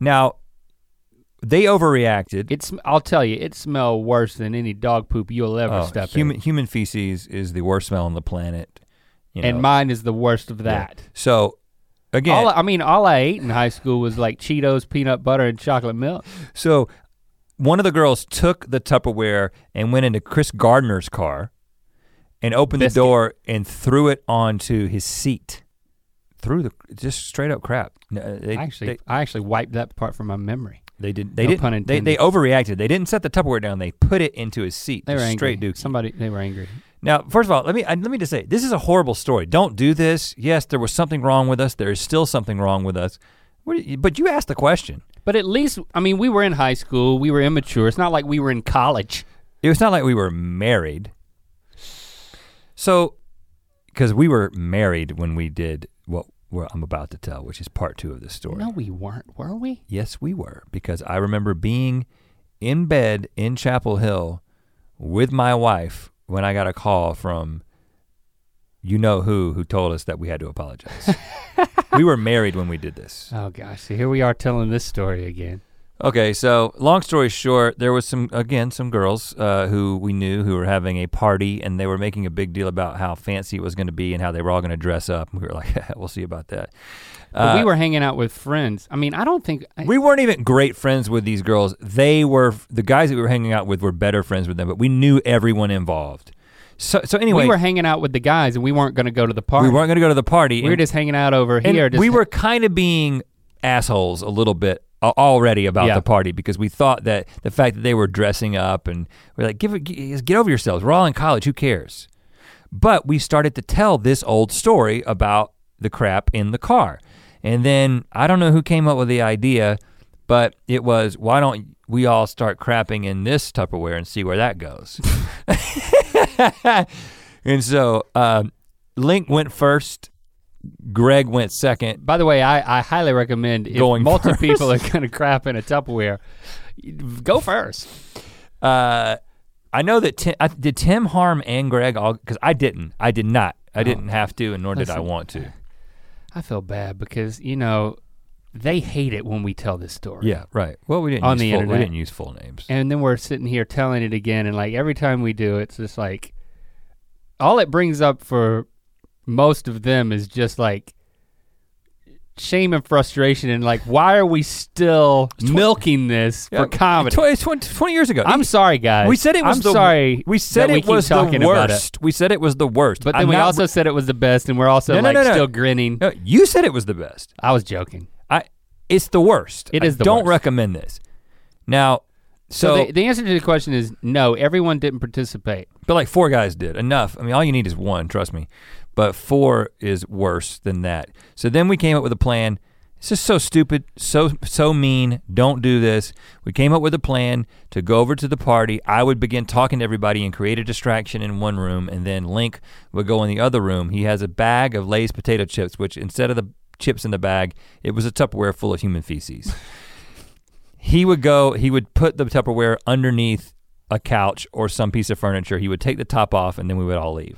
now they overreacted
It's I'll tell you, it smell worse than any dog poop you'll ever
Oh,
step
human
in.
human feces is the worst smell on the planet you know.
And mine is the worst of that.
so again
All I mean, all I ate in high school was like Cheetos, peanut butter, and chocolate milk.
so one of the girls took the Tupperware and went into Chris Gardner's car and opened
Biscuit.
the door and threw it onto his seat. Threw the just straight up crap. No, uh, They,
actually,
they,
I actually wiped that part from my memory.
they did. They
no
didn't.
pun
they, they
intended.
overreacted. They didn't set the Tupperware down. They put it into his seat.
They were
Just
angry.
straight dookie.
Somebody, they were angry.
Now, first of all, let me I- let me just say this is a horrible story. Don't do this. Yes, there was something wrong with us. There is still something wrong with us. What do you- but you asked the question.
But at least, I mean, we were in high school. We were immature. It's not like we were in college.
It was not like we were married. So, because we were married when we did what what I'm about to tell, which is part two of this story.
No, we weren't, were we?
Yes, we were, because I remember being in bed in Chapel Hill with my wife when I got a call from you know who who told us that we had to apologize. we were married when we did this.
Oh gosh, so here we are telling this story again.
Okay, so long story short, there was some again some girls uh, who we knew who were having a party, and they were making a big deal about how fancy it was going to be and how they were all going to dress up. And we were like, "We'll see about that."
But
Uh,
we were hanging out with friends. I mean, I don't think I,
we weren't even great friends with these girls. They were the guys that we were hanging out with were better friends with them, but we knew everyone involved. So so anyway,
we were hanging out with the guys, and we weren't going to go to the party.
we weren't going to go to the party.
We were
and-
just hanging out over
and
here. Just
we were kind of being assholes a little bit a- already about
Yeah.
the party because we thought that the fact that they were dressing up and we're like, give it, g- get over yourselves. We're all in college. Who cares? But we started to tell this old story about the crap in the car, and then I don't know who came up with the idea, but it was why don't we all start crapping in this Tupperware and see where that goes. and so um, Link went first. Greg went second.
By the way, I, I highly recommend if
Going
multiple
first.
people are going to crap in a Tupperware, go first.
Uh, I know that Tim, I, did Tim harm and Greg all because I didn't. I did not.
Oh.
I didn't have to, and nor did I
Listen.
want to.
I feel bad because you know they hate it when we tell this story.
Yeah, right. Well, we didn't
On
use
the
full,
internet.
We didn't use full names.
And then we're sitting here telling it again, and like every time we do, it's just like all it brings up for most of them is just like shame and frustration, and like why are we still milking this
Yeah,
for comedy?
Twenty- it's 20, 20 years ago.
I'm sorry, guys.
we said it was
I'm
the
sorry.
We said
that we
it
keep
was
talking
the
about it.
worst. We said it was the worst.
But then
I'm
we
not-
also said it was the best, and we're also
No, no,
like
no, no.
still grinning.
No, you said it was the best.
I was joking.
I. It's the worst.
It
I
is the
don't
worst.
recommend this. Now,
So,
so,
the, the answer to the question is no. Everyone didn't participate.
but like four guys did enough. I mean, all you need is one. Trust me, but four is worse than that. So then we came up with a plan. It's just so stupid, so so mean. Don't do this. We came up with a plan to go over to the party. I would begin talking to everybody and create a distraction in one room, and then Link would go in the other room. He has a bag of Lay's potato chips, which instead of the chips in the bag, it was a Tupperware full of human feces. he would go. He would put the Tupperware underneath a couch or some piece of furniture. He would take the top off, and then we would all leave.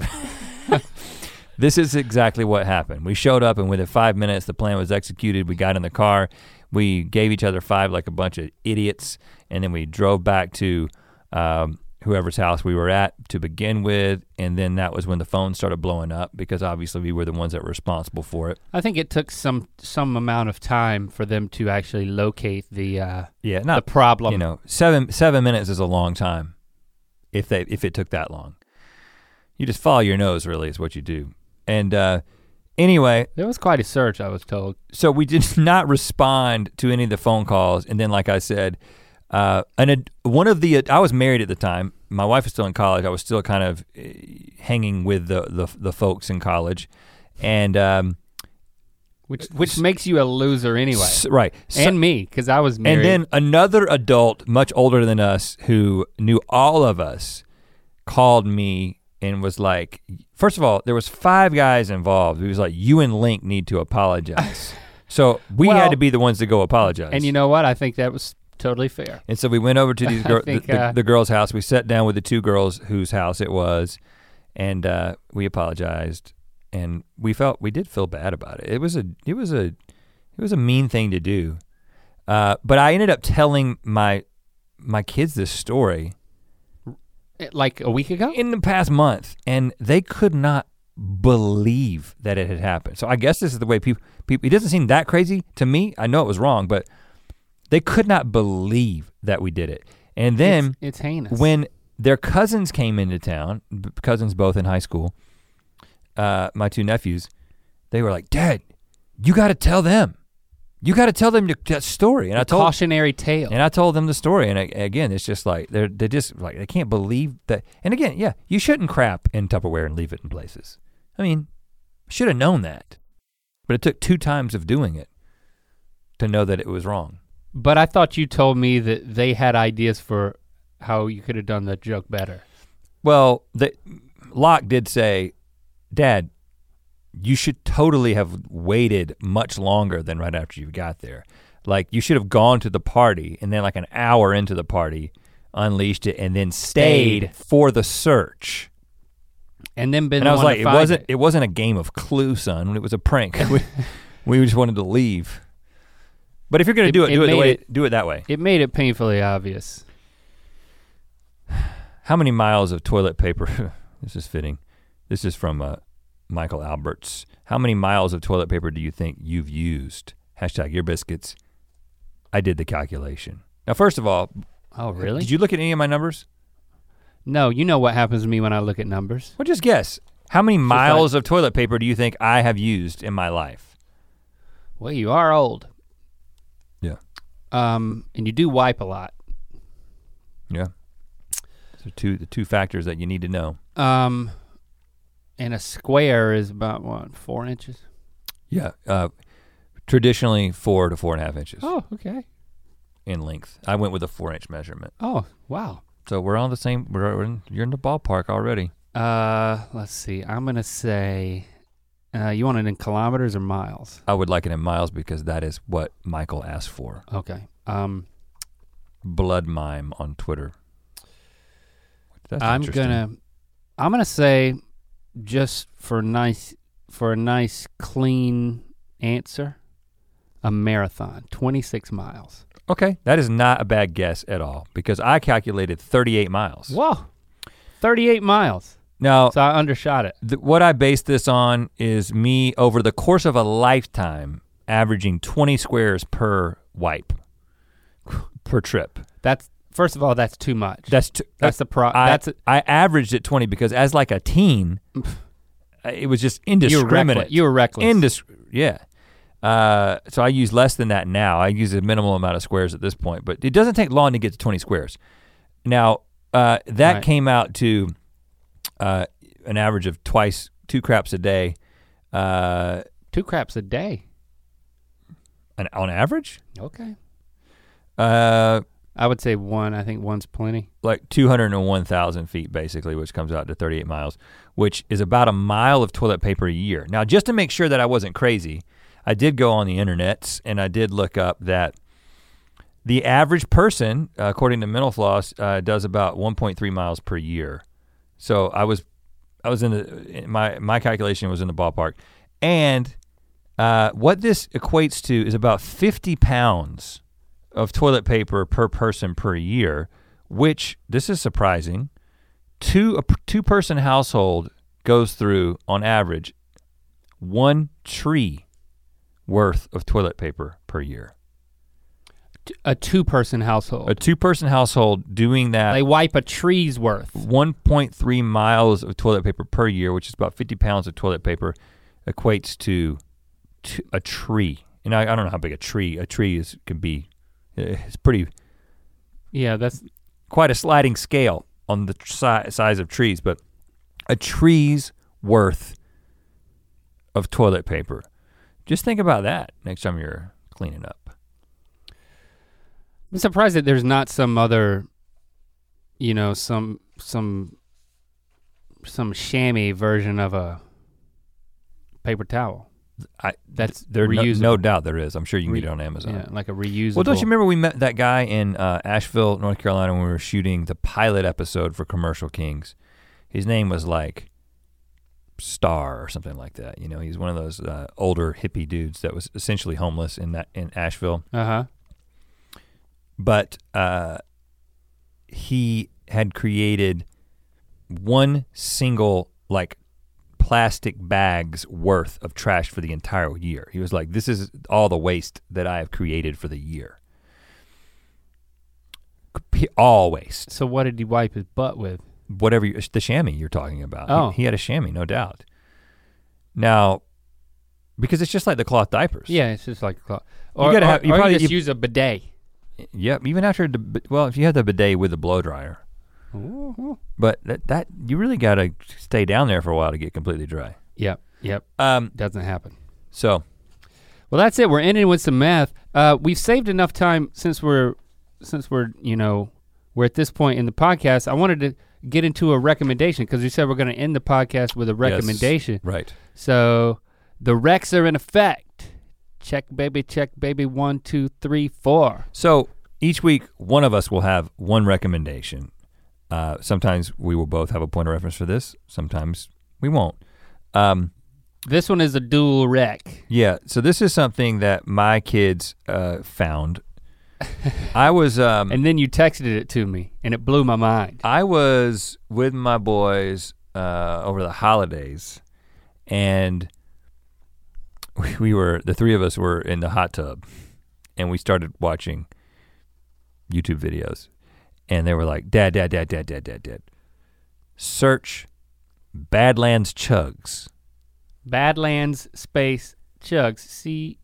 This is exactly what happened. We showed up, and within five minutes, the plan was executed. We got in the car, we gave each other five like a bunch of idiots, and then we drove back to um, whoever's house we were at to begin with. And then that was when the phone started blowing up because obviously we were the ones that were responsible for it.
I think it took some some amount of time for them to actually locate the uh,
Yeah,
the
not
problem.
you know seven seven minutes is a long time if they if it took that long. You just follow your nose, really, is what you do. And uh, anyway,
There was quite a search, I was told.
so we did not respond to any of the phone calls and then like i said uh, and it, one of the uh, i was married at the time my wife was still in college i was still kind of eh, hanging with the, the, the folks in college and um,
Which which makes you a loser anyway.
s- right So-
and me, because I was married.
and then another adult much older than us who knew all of us called me and was like first of all there was five guys involved he was like you and link need to apologize so we
Well-
had to be the ones to go apologize
and you know what? I think that was totally fair.
And so we went over to these
I
girl,
think,
the, the-
uh,
the girls' house. We sat down with the two girls whose house it was, and uh, we apologized, and we felt we did feel bad about it. It was a it was a it was a mean thing to do, uh, but I ended up telling my my kids this story
Eh, Like a week ago.
in the past month, and they could not believe that it had happened. So I guess this is the way people people. It doesn't seem that crazy to me. I know it was wrong, but they could not believe that we did it. And then
it's, it's heinous.
when their cousins came into town, b- cousins both in high school, uh, my two nephews, they were like, "Dad, you got to tell them. You got to tell them your- that story." And I
a
told
cautionary tale.
and I told them the story. And I, again, it's just like they're they just like they can't believe that. And again, yeah, you shouldn't crap in Tupperware and leave it in places. I mean, should have known that, but it took two times of doing it to know that it was wrong.
But I thought you told me that they had ideas for how you could have done the joke better.
Well, the, Locke did say, Dad, you should totally have waited much longer than right after you got there. Like, you should have gone to the party and then, like, an hour into the party, unleashed it and then stayed,
Stayed.
for the search.
And then been
And I was
the one
like,
to
it
find
wasn't, it wasn't a game of clue, son. It was a prank. we, we just wanted to leave. But if you're going to do
It-
it,
it
do it, the
made
way,
it-
do it that way.
It made it painfully obvious.
How many miles of toilet paper? this is fitting. This is from uh, Michael Alberts. How many miles of toilet paper do you think you've used? Hashtag your biscuits. I did the calculation. Now, first of all,
Oh, really?
did you look at any of my numbers?
no, you know what happens to me when I look at numbers.
Well, just guess. How many miles of toilet paper do you think I have used in my life?
Well, you are old.
Yeah.
Um, and you do wipe a lot.
Yeah. So two the two factors that you need to know.
Um, and a square is about what four inches.
Yeah. Uh, traditionally, four to four and a half inches
Oh, okay.
in length. I went with a four-inch measurement.
Oh, wow.
So we're on the same. We're, we're in, you're in the ballpark already.
Uh, let's see. I'm gonna say, uh, you want it in kilometers or miles?
I would like it in miles because that is what Michael asked for.
Okay. Um,
Blood mime on Twitter. That's
I'm
interesting.
gonna, I'm gonna say, just for nice, for a nice clean answer, a marathon, 26 miles.
Okay, that is not a bad guess at all because I calculated 38 miles.
Whoa, 38 miles.
Now,
So I undershot it.
th- what I base this on is me over the course of a lifetime averaging 20 squares per wipe per trip.
That's first of all, that's too much.
That's t-
that's the pro.
I,
that's
I averaged at 20 because as like a teen, uh, it was just
you were reckless.
indiscriminate.
You were reckless.
Indus- yeah. Uh, so I use less than that now. I use a minimal amount of squares at this point, but it doesn't take long to get to 20 squares. Now, uh, that
Right.
came out to uh, an average of twice, two craps a day uh,
two craps a day.
an, on average.
Okay.
Uh,
I would say one. I think one's plenty.
like 201,000 feet basically, which comes out to 38 miles, which is about a mile of toilet paper a year. Now, just to make sure that I wasn't crazy, I did go on the internets and I did look up that the average person, uh, according to Mental Floss, uh, does about 1.3 miles per year. So I was, I was in the in my my calculation was in the ballpark, and uh, what this equates to is about 50 pounds of toilet paper per person per year, which this is surprising. Two a p- two person household goes through on average one tree worth of toilet paper per year.
T- A two-person household.
A two person household doing
they
that
wipe a tree's worth.
1.3 miles of toilet paper per year, which is about 50 pounds of toilet paper, equates to t- a tree. And I, I don't know how big a tree. A tree is could be. eh, It's pretty
Yeah, that's
quite a sliding scale on the tr- si- size of trees, but a tree's worth of toilet paper. Just think about that next time you're cleaning up.
I'm surprised that there's not some other, you know, some some some chamois version of a paper towel.
I-
That's
There, no,
reusable.
no doubt there is. I'm sure you can
Re-
get it on Amazon.
yeah, like a reusable.
Well, don't you remember we met that guy in uh, Asheville, North Carolina, when we were shooting the pilot episode for Commercial Kings? His name was like Star or something like that. You know, he's one of those uh, older hippie dudes that was essentially homeless in that in Asheville.
Uh huh.
but uh, he had created one single like plastic bags worth of trash for the entire year. He was like, "This is all the waste that I have created for the year." P- All waste,
So what did he wipe his butt with?
whatever you, the chamois you're talking about. He-
Oh.
he, had a chamois, no doubt. Now, because it's just like the cloth diapers.
Yeah, it's just like a cloth. Or,
gotta
or-
have- you
or
probably-
just
you-
use a bidet.
Yep. Even after the b- well, if you had the bidet with the blow dryer, but that, that you really got to stay down there for a while to get completely dry.
Yep, yep,
Um,
doesn't happen.
so
Well, that's it. We're ending with some math. Uh, we've saved enough time since we're since we're you know we're at this point in the podcast. I wanted to get into a recommendation because you said we're going to end the podcast with a recommendation.
Right.
So the Rex are in effect. Check baby, check baby. One, two, three, four.
So each week, one of us will have one recommendation. Uh, sometimes we will both have a point of reference for this. Sometimes we won't. Um,
This one is a dual wreck.
yeah. So this is something that my kids uh, found. I was um,
And then you texted it to me, and it blew my mind.
I was with my boys uh, over the holidays, and we, we were the three of us were in the hot tub, and we started watching YouTube videos, and they were like, "Dad, dad, dad, dad, dad, dad, dad, search Badlands chugs."
Badlands Space Chugs. C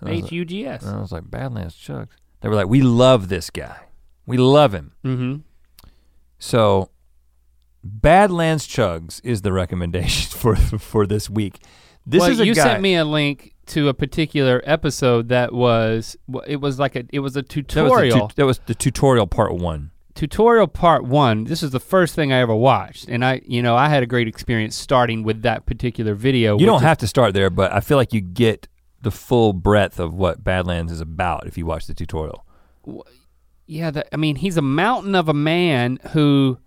And I was
H
like-
U G S.
and I was like, "Badlands chugs." They were like, "We love this guy. We love him."
Mm-hmm.
So, Badlands Chugs is the recommendation for for this week. This
well,
is a
you
guy.
sent me a link to a particular episode that was well, it was like a it was
that was, the
a tutorial
tu- that was the tutorial part one.
tutorial part one this is the first thing i ever watched and i you know i had a great experience starting with that particular video
You
which
don't
is-
have to start there, but I feel like you get the full breadth of what Badlands is about if you watch the tutorial.
Yeah, that, I mean, he's a mountain of a man who,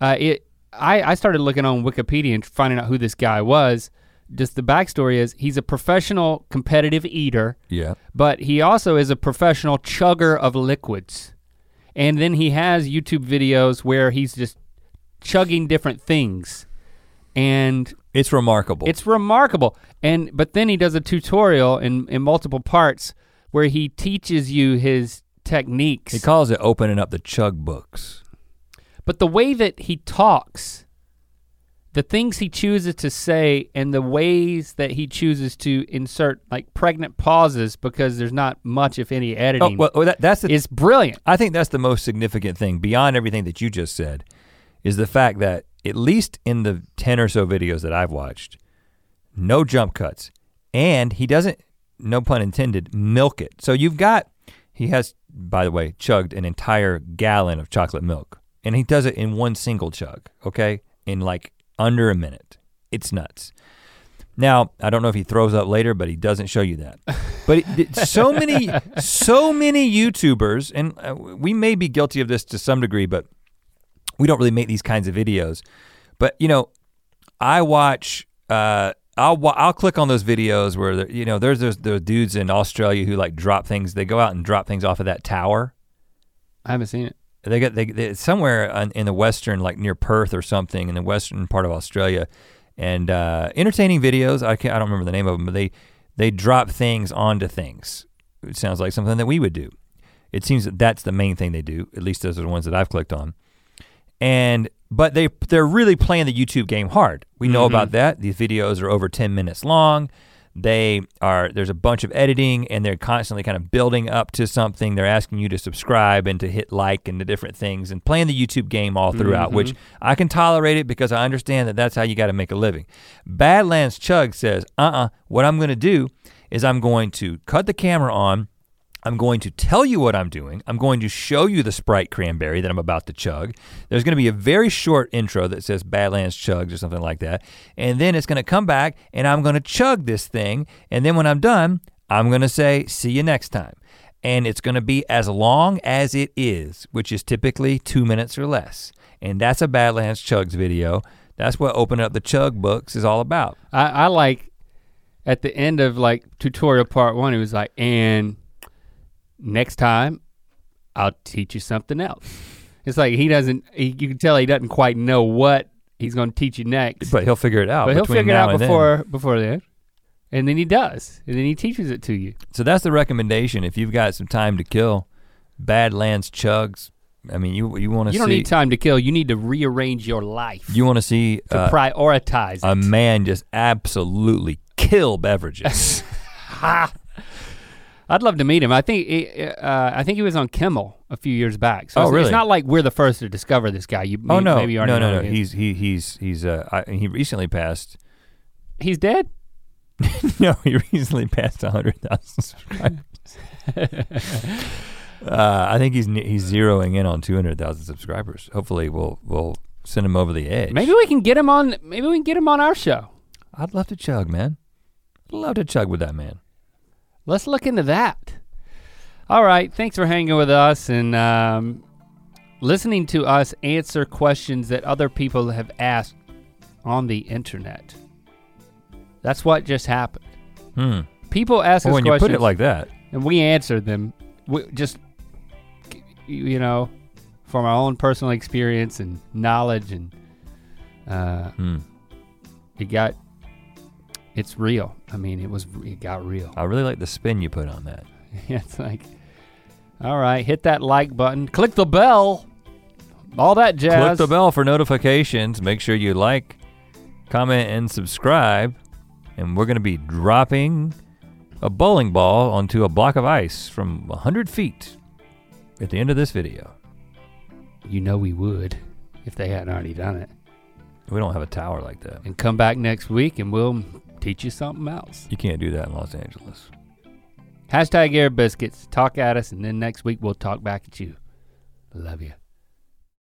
uh, it. I, I started looking on Wikipedia and finding out who this guy was. Just the backstory is he's a professional competitive eater,
Yeah.
but he also is a professional chugger of liquids. And then he has YouTube videos where he's just chugging different things. And
It's remarkable.
it's remarkable. And but then he does a tutorial in, in multiple parts where he teaches you his techniques.
he calls it opening up the chug books.
But the way that he talks, the things he chooses to say, and the ways that he chooses to insert like pregnant pauses because there's not much, if any,
Oh,
editing
well, well, that, that's the
is brilliant.
I think that's the most significant thing beyond everything that you just said is the fact that at least in the 10 or so videos that I've watched, no jump cuts and he doesn't no pun intended milk it. So you've got he has by the way chugged an entire gallon of chocolate milk and he does it in one single chug, okay? In like under a minute. It's nuts. Now, I don't know if he throws up later, but he doesn't show you that. But it, it- so many, so many YouTubers, and uh, we may be guilty of this to some degree, but we don't really make these kinds of videos. But you know, I watch. Uh, I'll wa- I'll click on those videos where there- you know there's those those dudes in Australia who like drop things. They go out and drop things off of that tower.
I haven't seen it.
They got they, they somewhere on, in the western, like near Perth or something, in the western part of Australia, and uh, entertaining videos. I can't, I don't remember the name of them, but they they drop things onto things. It sounds like something that we would do. It seems that that's the main thing they do. At least those are the ones that I've clicked on. And but they they're really playing the YouTube game hard. We know
Mhm.
about that. These videos are over 10 minutes long. They are there's a bunch of editing and they're constantly kind of building up to something. They're asking you to subscribe and to hit like and the different things and playing the YouTube game all throughout, which I can tolerate it because I understand that that's how you got to make a living. Badlands Chug says, "Uh-uh, what I'm going to do is I'm going to cut the camera on I'm going to tell you what I'm doing. I'm going to show you the Sprite cranberry that I'm about to chug. There's going to be a very short intro that says Badlands Chugs or something like that. And then it's going to come back and I'm going to chug this thing. And then when I'm done, I'm going to say, see you next time. And it's going to be as long as it is, which is typically two minutes or less. And that's a Badlands Chugs video. That's what opening up the chug books is all about.
I, I like at the end of like tutorial part one, it was like, and next time I'll teach you something else. It's like he doesn't. He, you can tell he doesn't quite know what he's going to teach you next.
But he'll figure it out.
but he'll
between
figure it
now
out
and then.
before before then. And then he does. And then he teaches it to you.
So that's the recommendation. If you've got some time to kill, Badlands chugs. I mean, you you want to
You don't
see
need time to kill. You need to rearrange your life
you want to see
to
uh,
prioritize.
a
it.
man just absolutely kill beverages.
I'd love to meet him. I think he, uh, I think he was on Kimmel a few years back. So
Oh,
it's,
really?
it's not like we're the first to discover this guy. You
oh
may-
no,
maybe you
no,
already
no,
know
no!
who he is.
He's he he's he's uh I, he recently passed.
he's dead.
no, you're easily past 100,000 subscribers. uh, I think he's ne- he's zeroing in on 200,000 subscribers. Hopefully, we'll we'll send him over the edge.
Maybe we can get him on. Maybe we can get him on our show.
I'd love to chug, man. I'd love to chug with that man.
Let's look into that. All right, thanks for hanging with us and um, listening to us answer questions that other people have asked on the internet. That's what just happened.
Hmm.
People asked
Well,
us
when you
questions,
put it like that,
and we answered them. We just, you know, from our own personal experience and knowledge, and uh,
hmm,
it got, it's real. I mean, it was, it got real.
I really like the spin you put on that.
Yeah, it's like, all right, hit that like button, click the bell, all that jazz.
Click the bell for notifications. Make sure you like, comment, and subscribe. And we're gonna be dropping a bowling ball onto a block of ice from 100 feet at the end of this video.
You know we would if they hadn't already done it.
We don't have a tower like that.
And come back next week and we'll teach you something else.
You can't do that in Los Angeles.
Hashtag Air Biscuits. Talk at us, and then next week we'll talk back at you. Love you.